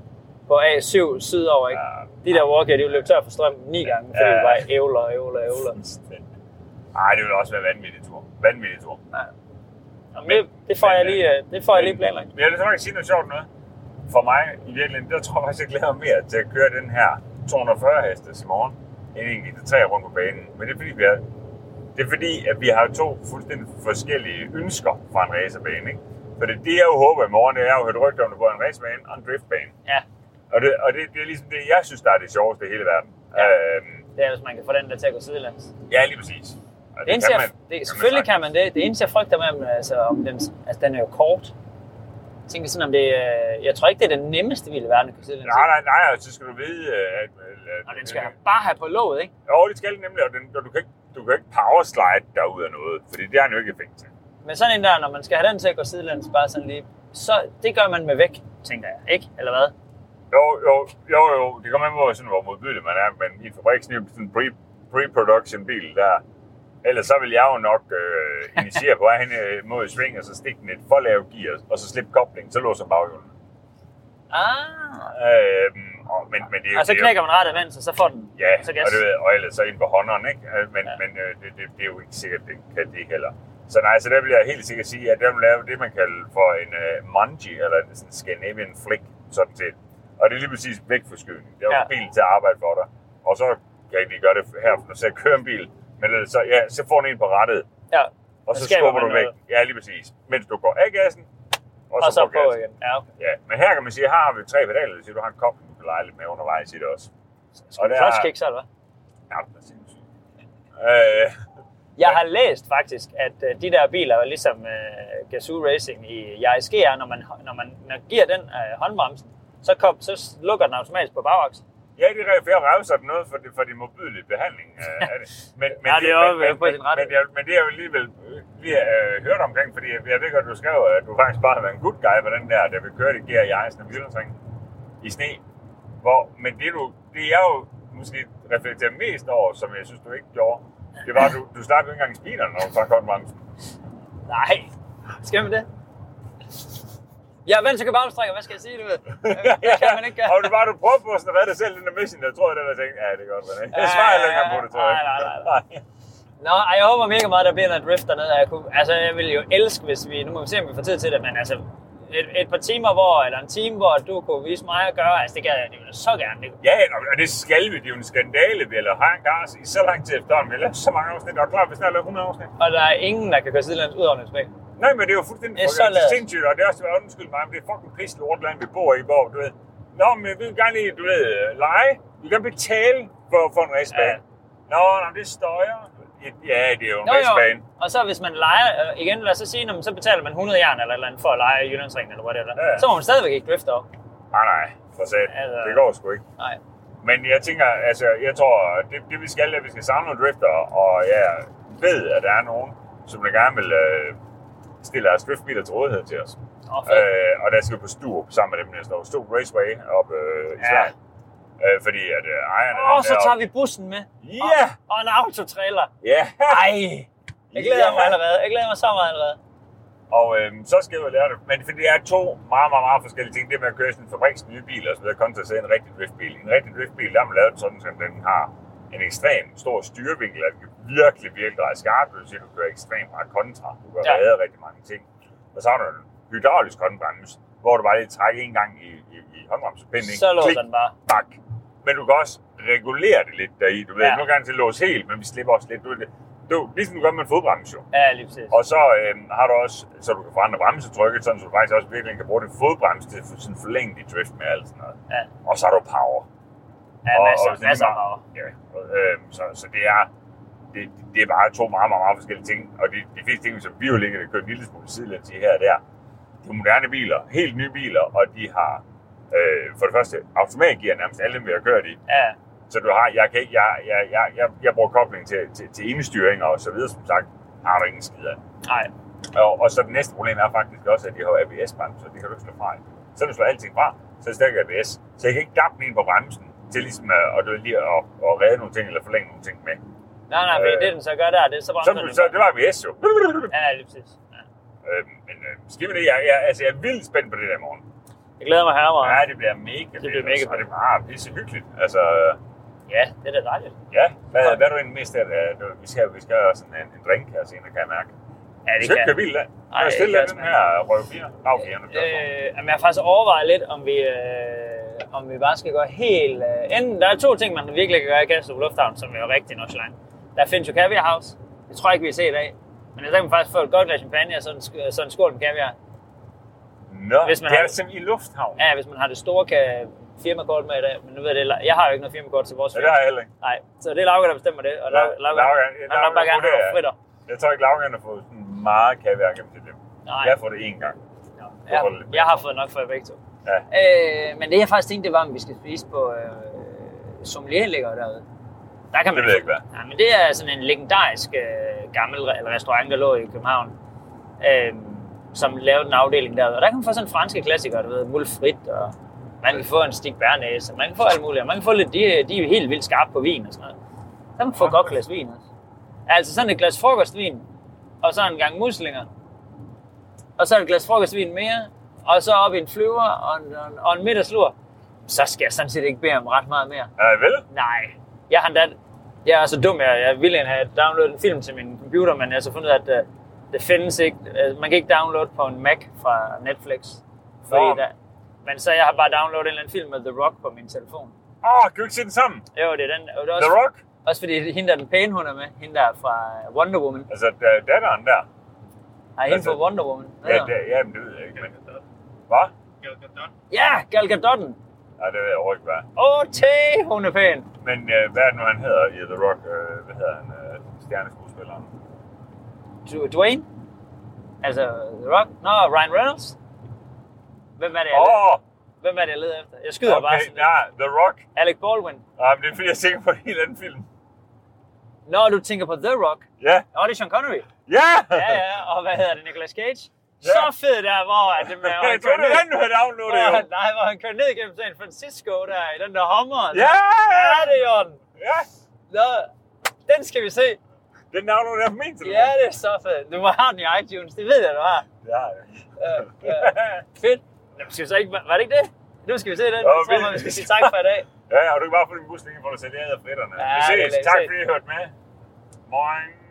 [SPEAKER 2] på A7 sydover, ikke?
[SPEAKER 1] Ja.
[SPEAKER 2] De der walker, de løb tør for strøm ni gange, fordi
[SPEAKER 1] Ja.
[SPEAKER 2] vi bare ævler, ævler, ævler.
[SPEAKER 1] Ej, det ville også være vanvittig tur. Vanvittig tur.
[SPEAKER 2] Ja. Jamen, det, det, får jeg
[SPEAKER 1] Men,
[SPEAKER 2] lige, øh, det får jeg lige planlagt.
[SPEAKER 1] Men jeg vil faktisk sige noget sjovt noget. For mig, i virkeligheden, der tror jeg faktisk, jeg glæder mig mere til at køre den her 240 hestes i morgen, end en GT3 rundt på banen. Men det er fordi, vi har, det er fordi at vi har to fuldstændig forskellige ønsker fra en racerbane. Ikke? Fordi det jeg jo håber i morgen, det er jo at høre rygter om, at både en racebane og en driftbane.
[SPEAKER 2] Ja,
[SPEAKER 1] Og det, og det, det er ligesom det, jeg synes, der er det sjoveste i hele verden.
[SPEAKER 2] Ja.
[SPEAKER 1] Øhm,
[SPEAKER 2] det er, hvis man kan få den der til at gå sidelands.
[SPEAKER 1] ja, lige præcis. Og
[SPEAKER 2] Det eneste, jeg,
[SPEAKER 1] man-
[SPEAKER 2] det, selvfølgelig kan man det. Det eneste, jeg frygter med, dem, altså, om den, altså, den er jo kort. Jeg tænker sådan, om det, øh, jeg tror ikke, det er den nemmeste bil i verden at kunne sidde den
[SPEAKER 1] sagtens. Nej, nej, nej, og så skal du vide, øh, at... at
[SPEAKER 2] Og den skal have- bare have på låget, ikke?
[SPEAKER 1] Jo, det skal den nemlig, og, den, og du, kan ikke, du kan ikke powerslide derud af noget, fordi det har han jo ikke effekt til.
[SPEAKER 2] Men sådan en der, når man skal have den til at gå sidelands, bare sådan lige, så det gør man med væk, tænker jeg, ikke? Eller hvad?
[SPEAKER 1] Jo, jo, jo, jo, det kommer an på, sådan, hvor modbydelig man er, men i en fabriksniv, sådan en pre- pre-production bil, der... Ellers så vil jeg jo nok øh, initiere på vej hen øh, mod et sving, og så stikke den et for lav gear, og så slippe koblingen, så låser baghjulene.
[SPEAKER 2] Ah,
[SPEAKER 1] Øh, og, men, men det, er jo-
[SPEAKER 2] og så
[SPEAKER 1] det er jo-
[SPEAKER 2] knækker man rettet vand, så så får den
[SPEAKER 1] Ja,
[SPEAKER 2] så
[SPEAKER 1] så
[SPEAKER 2] gas.
[SPEAKER 1] og, det, ved jeg, og ellers så ind på hånderen, ikke? Øh, Men,
[SPEAKER 2] Ja.
[SPEAKER 1] ja. men øh, det, det, det, er jo ikke sikkert, det kan det ikke heller. Så nej, så der vil jeg helt sikkert sige, at der vil lave det, man kalder for en uh, manji, eller en sådan Scandinavian flick, sådan set. Og det er lige præcis vægtforskydning. Det er jo
[SPEAKER 2] Ja.
[SPEAKER 1] ja. bilen til at arbejde for dig. Og så kan jeg lige gøre det her, for nu så jeg kører en bil. Men ellers så, ja, så får den en på rettet,
[SPEAKER 2] Ja,
[SPEAKER 1] og
[SPEAKER 2] Så
[SPEAKER 1] så,
[SPEAKER 2] skaber
[SPEAKER 1] skubber
[SPEAKER 2] man
[SPEAKER 1] du væk.
[SPEAKER 2] noget.
[SPEAKER 1] Ja, lige præcis. Mens du går af gassen, og,
[SPEAKER 2] og så
[SPEAKER 1] går
[SPEAKER 2] på
[SPEAKER 1] gassen.
[SPEAKER 2] igen. Ja, okay.
[SPEAKER 1] Ja, men her kan man sige, her har vi tre pedaler, så du har en kobling, du kan lege lidt med undervejs i det også. det
[SPEAKER 2] Skal man
[SPEAKER 1] er-
[SPEAKER 2] clutch kick så, eller hvad?
[SPEAKER 1] Ja, det er sindssygt. Øh,
[SPEAKER 2] Jeg har læst faktisk, at øh, de der biler er ligesom øh, Gazoo Racing i JSG er, når man, når man når man giver den øh, håndbremsen, så, kom, så lukker den automatisk på bagaksen.
[SPEAKER 1] Ja, det er rigtigt. Jeg rev sig noget for, det, for din mobile behandling øh, af det. Men, men,
[SPEAKER 2] Ja, det er
[SPEAKER 1] men-
[SPEAKER 2] også
[SPEAKER 1] men,
[SPEAKER 2] på
[SPEAKER 1] men,
[SPEAKER 2] sin rette.
[SPEAKER 1] men, jeg, men det er jo alligevel øh, lige øh, hørt omkring, fordi jeg, jeg ved godt, du skrev, at du faktisk bare har været en good guy på den der, der vil køre det gear i ejsen og Jyllandsring i sne. Hvor, men det, du, det jeg jo måske reflekterer mest over, som jeg synes, du ikke gjorde, det var, at du, du slap jo ikke engang speederen, når du trak håndbremsen.
[SPEAKER 2] Nej, skal man det? Jeg er vant til københavnstrækker, hvad skal jeg sige, du ved? Det kan man ikke gøre.
[SPEAKER 1] og det var, du prøvede på sådan at redde dig selv, den der mission, der tror jeg, det der tænkte, ja, det er godt, René. Jeg svarer heller ikke engang på det, tror jeg.
[SPEAKER 2] Nej, nej, nej, nej. Nå, ej, jeg håber mega meget, der bliver noget drift dernede. og Jeg kunne, altså, jeg ville jo elske, hvis vi... Nu må vi se, om vi får tid til det, men altså... Et, et par timer, hvor, eller en time, hvor du kunne vise mig at gøre, altså det gad jeg, det ville jeg så gerne. Det,
[SPEAKER 1] Ja, nå, og det skal vi. Det er jo en skandale, vi har lavet Hein Gars i så lang tid efterhånden. Vi har lavet så mange afsnit, og klart, vi snart har lavet 100 afsnit.
[SPEAKER 2] og der er ingen, der kan køre sidelands ud over Niels Bech.
[SPEAKER 1] Nej, men det er jo fuldstændig
[SPEAKER 2] Det er så
[SPEAKER 1] fucking- det er
[SPEAKER 2] lavet.
[SPEAKER 1] sindssygt, og det er også, det var undskyld mig, men det er fucking pisse lort land, vi bor i, hvor du ved, Nå, men vi vil gerne lige, du ved, lege. Vi kan betale for, for en racebane. Ja. Nå, nå, det støjer. Ja, det er jo en
[SPEAKER 2] Jo, jo.
[SPEAKER 1] racebane.
[SPEAKER 2] Og så hvis man leger, øh, igen lad os så sige, når man så betaler man 100 jern eller et eller andet for at lege i Jyllandsringen eller whatever,
[SPEAKER 1] Ja, ja.
[SPEAKER 2] så må man stadigvæk ikke drifte op.
[SPEAKER 1] Nej, Ah, nej, for sat.
[SPEAKER 2] Altså-
[SPEAKER 1] Det går sgu ikke.
[SPEAKER 2] Nej.
[SPEAKER 1] Men jeg tænker, altså, jeg tror, det, det vi skal, det er, at vi skal samle nogle drifter, og jeg ved, at der er nogen, som der gerne vil øh, stille deres driftbiler til rådighed til os.
[SPEAKER 2] Åh, fedt.
[SPEAKER 1] Øh, og der skal vi på Sturup sammen med dem næste år. Sturup Raceway op øh, i
[SPEAKER 2] Ja.
[SPEAKER 1] Sverige. Øh, fordi at øh, ejerne...
[SPEAKER 2] Åh, så tager vi bussen med.
[SPEAKER 1] Ja!
[SPEAKER 2] Og, og en autotrailer.
[SPEAKER 1] Ja!
[SPEAKER 2] Ej, jeg glæder mig allerede. Jeg glæder mig så meget allerede.
[SPEAKER 1] Og øh, så skal jeg jo lære det. Men for det er to meget, meget, meget forskellige ting. Det med at køre i sådan en fabriks nye bil og så videre, kontra at sidde i en rigtig driftbil. En rigtig driftbil, der er man lavet sådan, at den har en ekstrem stor styrevinkel, og den kan virkelig, virkelig dreje skarpt. Det vil sige, at du kører ekstremt meget kontra. Du kan
[SPEAKER 2] Ja.
[SPEAKER 1] ja. redde rigtig mange ting. Og så har du en hydraulisk håndbremse, hvor du bare lige trækker en gang i, i, i håndbremsepinden. ikke?
[SPEAKER 2] Så lå
[SPEAKER 1] Klik,
[SPEAKER 2] den bare.
[SPEAKER 1] bak. Men du kan også regulere det lidt deri. Du ved,
[SPEAKER 2] Ja.
[SPEAKER 1] ja. nu kan til at låse helt, men vi slipper også lidt. Du, ved, det, du, ligesom du gør med en fodbremse jo.
[SPEAKER 2] Ja, lige præcis.
[SPEAKER 1] Og så øh, har du også, så du kan forandre bremsetrykket, sådan, så du faktisk også virkelig kan bruge din fodbremse til at sådan forlænge dit drift med alt sådan noget.
[SPEAKER 2] Ja.
[SPEAKER 1] Og så har du power.
[SPEAKER 2] Ja,
[SPEAKER 1] og,
[SPEAKER 2] masser,
[SPEAKER 1] sådan
[SPEAKER 2] masser af
[SPEAKER 1] meget-
[SPEAKER 2] power.
[SPEAKER 1] Ja, og, øh, så, så det er, det, det er bare to meget, meget, meget forskellige ting. Og de, de fleste ting, som vi jo ligger, der kører en lille smule sidelæns i her og der, det er moderne biler, helt nye biler, og de har øh, for det første automatgear nærmest alle dem, vi har kørt i.
[SPEAKER 2] Ja,
[SPEAKER 1] Så du har, jeg, kan ikke, jeg, jeg, jeg, jeg, jeg bruger kobling til, til, til enestyring og så videre, som sagt, har du ingen skid af.
[SPEAKER 2] nej.
[SPEAKER 1] Og, og så det næste problem er faktisk også, at de har ABS-bremser, det kan du ikke slå fra. i. Så du slår alting fra, så er det stadig ABS. Så jeg kan ikke dappe den ind på bremsen til ligesom at, og, du ved, lige at, at redde nogle ting eller forlænge nogle ting med.
[SPEAKER 2] Nej, nej, fordi
[SPEAKER 1] Øh,
[SPEAKER 2] det den så gør der, det er så
[SPEAKER 1] Så,
[SPEAKER 2] bremser den.
[SPEAKER 1] så det var ABS jo.
[SPEAKER 2] Ja, lige præcis. Ja.
[SPEAKER 1] Øh, men øh, skidt med det, jeg, jeg, altså, jeg er vildt spændt på det der i morgen.
[SPEAKER 2] Jeg glæder mig herre meget.
[SPEAKER 1] Ja, det bliver mega
[SPEAKER 2] bliver
[SPEAKER 1] fedt,
[SPEAKER 2] mega
[SPEAKER 1] altså, Og
[SPEAKER 2] fedt.
[SPEAKER 1] det er bare pisse hyggeligt. Altså,
[SPEAKER 2] Ja, det er da dejligt.
[SPEAKER 1] ja, hvad, hvad er du egentlig mest af det? Øh, du- Vi skal, vi skal have sådan en, en drink her senere, kan jeg mærke.
[SPEAKER 2] Ja,
[SPEAKER 1] Vi skal ikke køre bil, da.
[SPEAKER 2] Ej,
[SPEAKER 1] Ej, jeg stille
[SPEAKER 2] det
[SPEAKER 1] den
[SPEAKER 2] kan
[SPEAKER 1] her røvbier, lavbierne.
[SPEAKER 2] Øh, jamen, jeg har faktisk overvejet lidt, om vi, øh, om vi bare skal gå helt... Øh, enten, der er to ting, man virkelig kan gøre i Kastrup Lufthavn, som er jo rigtig Nordsjælland. Der findes jo Caviar House. Det tror jeg ikke, vi har set i dag. Men der kan man faktisk få et godt glas champagne og sådan, en sk- sådan en skål med kaviar.
[SPEAKER 1] Nå,
[SPEAKER 2] Øh, Hvis man
[SPEAKER 1] det er
[SPEAKER 2] har-
[SPEAKER 1] simpelthen i lufthavn. Ja,
[SPEAKER 2] Ja, hvis man har det store ka- firmakort med i dag, men nu ved jeg det, jeg har jo ikke noget firmakort til vores
[SPEAKER 1] det har jeg heller ikke.
[SPEAKER 2] Nej, så det er Lauke, der bestemmer det, og
[SPEAKER 1] La-
[SPEAKER 2] Lauke, Lauke,
[SPEAKER 1] Lauke,
[SPEAKER 2] han har bare
[SPEAKER 1] Lauke
[SPEAKER 2] gerne have
[SPEAKER 1] vurderer.
[SPEAKER 2] nogle fritter.
[SPEAKER 1] Jeg tror ikke, Laugen har fået sådan meget kaviar gennem til dem.
[SPEAKER 2] Nej,
[SPEAKER 1] Jeg får det én gang.
[SPEAKER 2] jeg,
[SPEAKER 1] holder lidt
[SPEAKER 2] jeg har fået nok for jer begge to.
[SPEAKER 1] Ja.
[SPEAKER 2] Øh, men det jeg faktisk tænkte, det var, om vi skal spise på øh, sommelierlægger derude. Der kan man
[SPEAKER 1] Det ved jeg ikke, hvad.
[SPEAKER 2] Ja, men det er sådan en legendarisk øh, gammel re- eller restaurant, der lå i København, øh, som lavede en afdeling derude. Og der kan man få sådan franske klassikere, du ved, mulfrit, og man kan få en stik bernæs, og man kan få alt muligt, og man kan få lidt, de, de er jo helt vildt skarpe på vin og sådan noget. Så kan man få et godt glas vin også. Altså sådan et glas frokostvin, og så en gang muslinger, og så et glas frokostvin mere, og så op i en flyver og en, og en, og en middagslur. Så skal jeg sådan set ikke bede om ret meget mere.
[SPEAKER 1] Er jeg vel?
[SPEAKER 2] Nej. Jeg har endda, jeg er så dum, jeg, jeg ville egentlig have downloadet en film til min computer, men jeg har så fundet, ud af, at uh, det findes ikke. Uh, man kan ikke downloade på en Mac fra Netflix. Fordi
[SPEAKER 1] Nå.
[SPEAKER 2] der, men så jeg har bare downloadet en eller anden film med The Rock på min telefon.
[SPEAKER 1] Åh, oh, kan du ikke se den sammen?
[SPEAKER 2] Jo, det er den. Og det er også,
[SPEAKER 1] The Rock?
[SPEAKER 2] Også fordi hende der er den pæne hun er med, hende der er fra øh, Wonder Woman.
[SPEAKER 1] Altså, da- datteren der.
[SPEAKER 2] Har hende
[SPEAKER 1] Altså-
[SPEAKER 2] fra Wonder Woman? Hvad
[SPEAKER 1] Ja,
[SPEAKER 2] hedder hun?
[SPEAKER 1] det, ja, men det ved jeg ikke. Men... Hvad?
[SPEAKER 2] ja, Gal Gadot'en.
[SPEAKER 1] Nej, det ved jeg overhovedet ikke, hvad. er.
[SPEAKER 2] Åh, te, hun er pæn.
[SPEAKER 1] Men øh, hvad er det nu, han hedder i The Rock? Øh, hvad hedder han? Øh, stjerneskuespilleren.
[SPEAKER 2] Du- Dwayne? Altså, The Rock? Nå, Ryan Reynolds? Hvem er det, jeg,
[SPEAKER 1] Åh,
[SPEAKER 2] Hvem er det, jeg leder efter? Jeg skyder okay, bare
[SPEAKER 1] okay,
[SPEAKER 2] sådan lidt.
[SPEAKER 1] nej, The Rock.
[SPEAKER 2] Alec Baldwin.
[SPEAKER 1] Ah, men det er fordi, jeg er sikker på en helt anden film.
[SPEAKER 2] Nå, du tænker på The Rock.
[SPEAKER 1] Ja,
[SPEAKER 2] Nå, det er Sean Connery.
[SPEAKER 1] ja!
[SPEAKER 2] Ja, ja, og hvad hedder det, Nicolas Cage?
[SPEAKER 1] Ja.
[SPEAKER 2] Så fed der, hvor at det med, hvor
[SPEAKER 1] Jeg
[SPEAKER 2] han
[SPEAKER 1] tror,
[SPEAKER 2] kører
[SPEAKER 1] det er
[SPEAKER 2] ned,
[SPEAKER 1] han, du har downloadet jo.
[SPEAKER 2] hvor, nej, hvor han kører ned gennem San Francisco der, i den der Hummer.
[SPEAKER 1] Ja!
[SPEAKER 2] Ja, er det, Jorden?
[SPEAKER 1] Ja,
[SPEAKER 2] Nå, den skal vi se.
[SPEAKER 1] den downloader jeg på min telefon.
[SPEAKER 2] Ja, det er så fedt. Du må have den i iTunes, det ved jeg, du har.
[SPEAKER 1] Ja,
[SPEAKER 2] Øh, øh, fedt. Nå, skal vi så ikke, var det ikke det? Nu skal vi se den. Jeg
[SPEAKER 1] Nå,
[SPEAKER 2] tror,
[SPEAKER 1] vi-
[SPEAKER 2] bare, vi skal sige tak for i dag.
[SPEAKER 1] ja, og du kan bare få din buslinje, hvor du sælger af fritterne.
[SPEAKER 2] Ja,
[SPEAKER 1] vi
[SPEAKER 2] det er
[SPEAKER 1] ses.
[SPEAKER 2] lækkert.
[SPEAKER 1] Tak fordi I hørte med. Moin.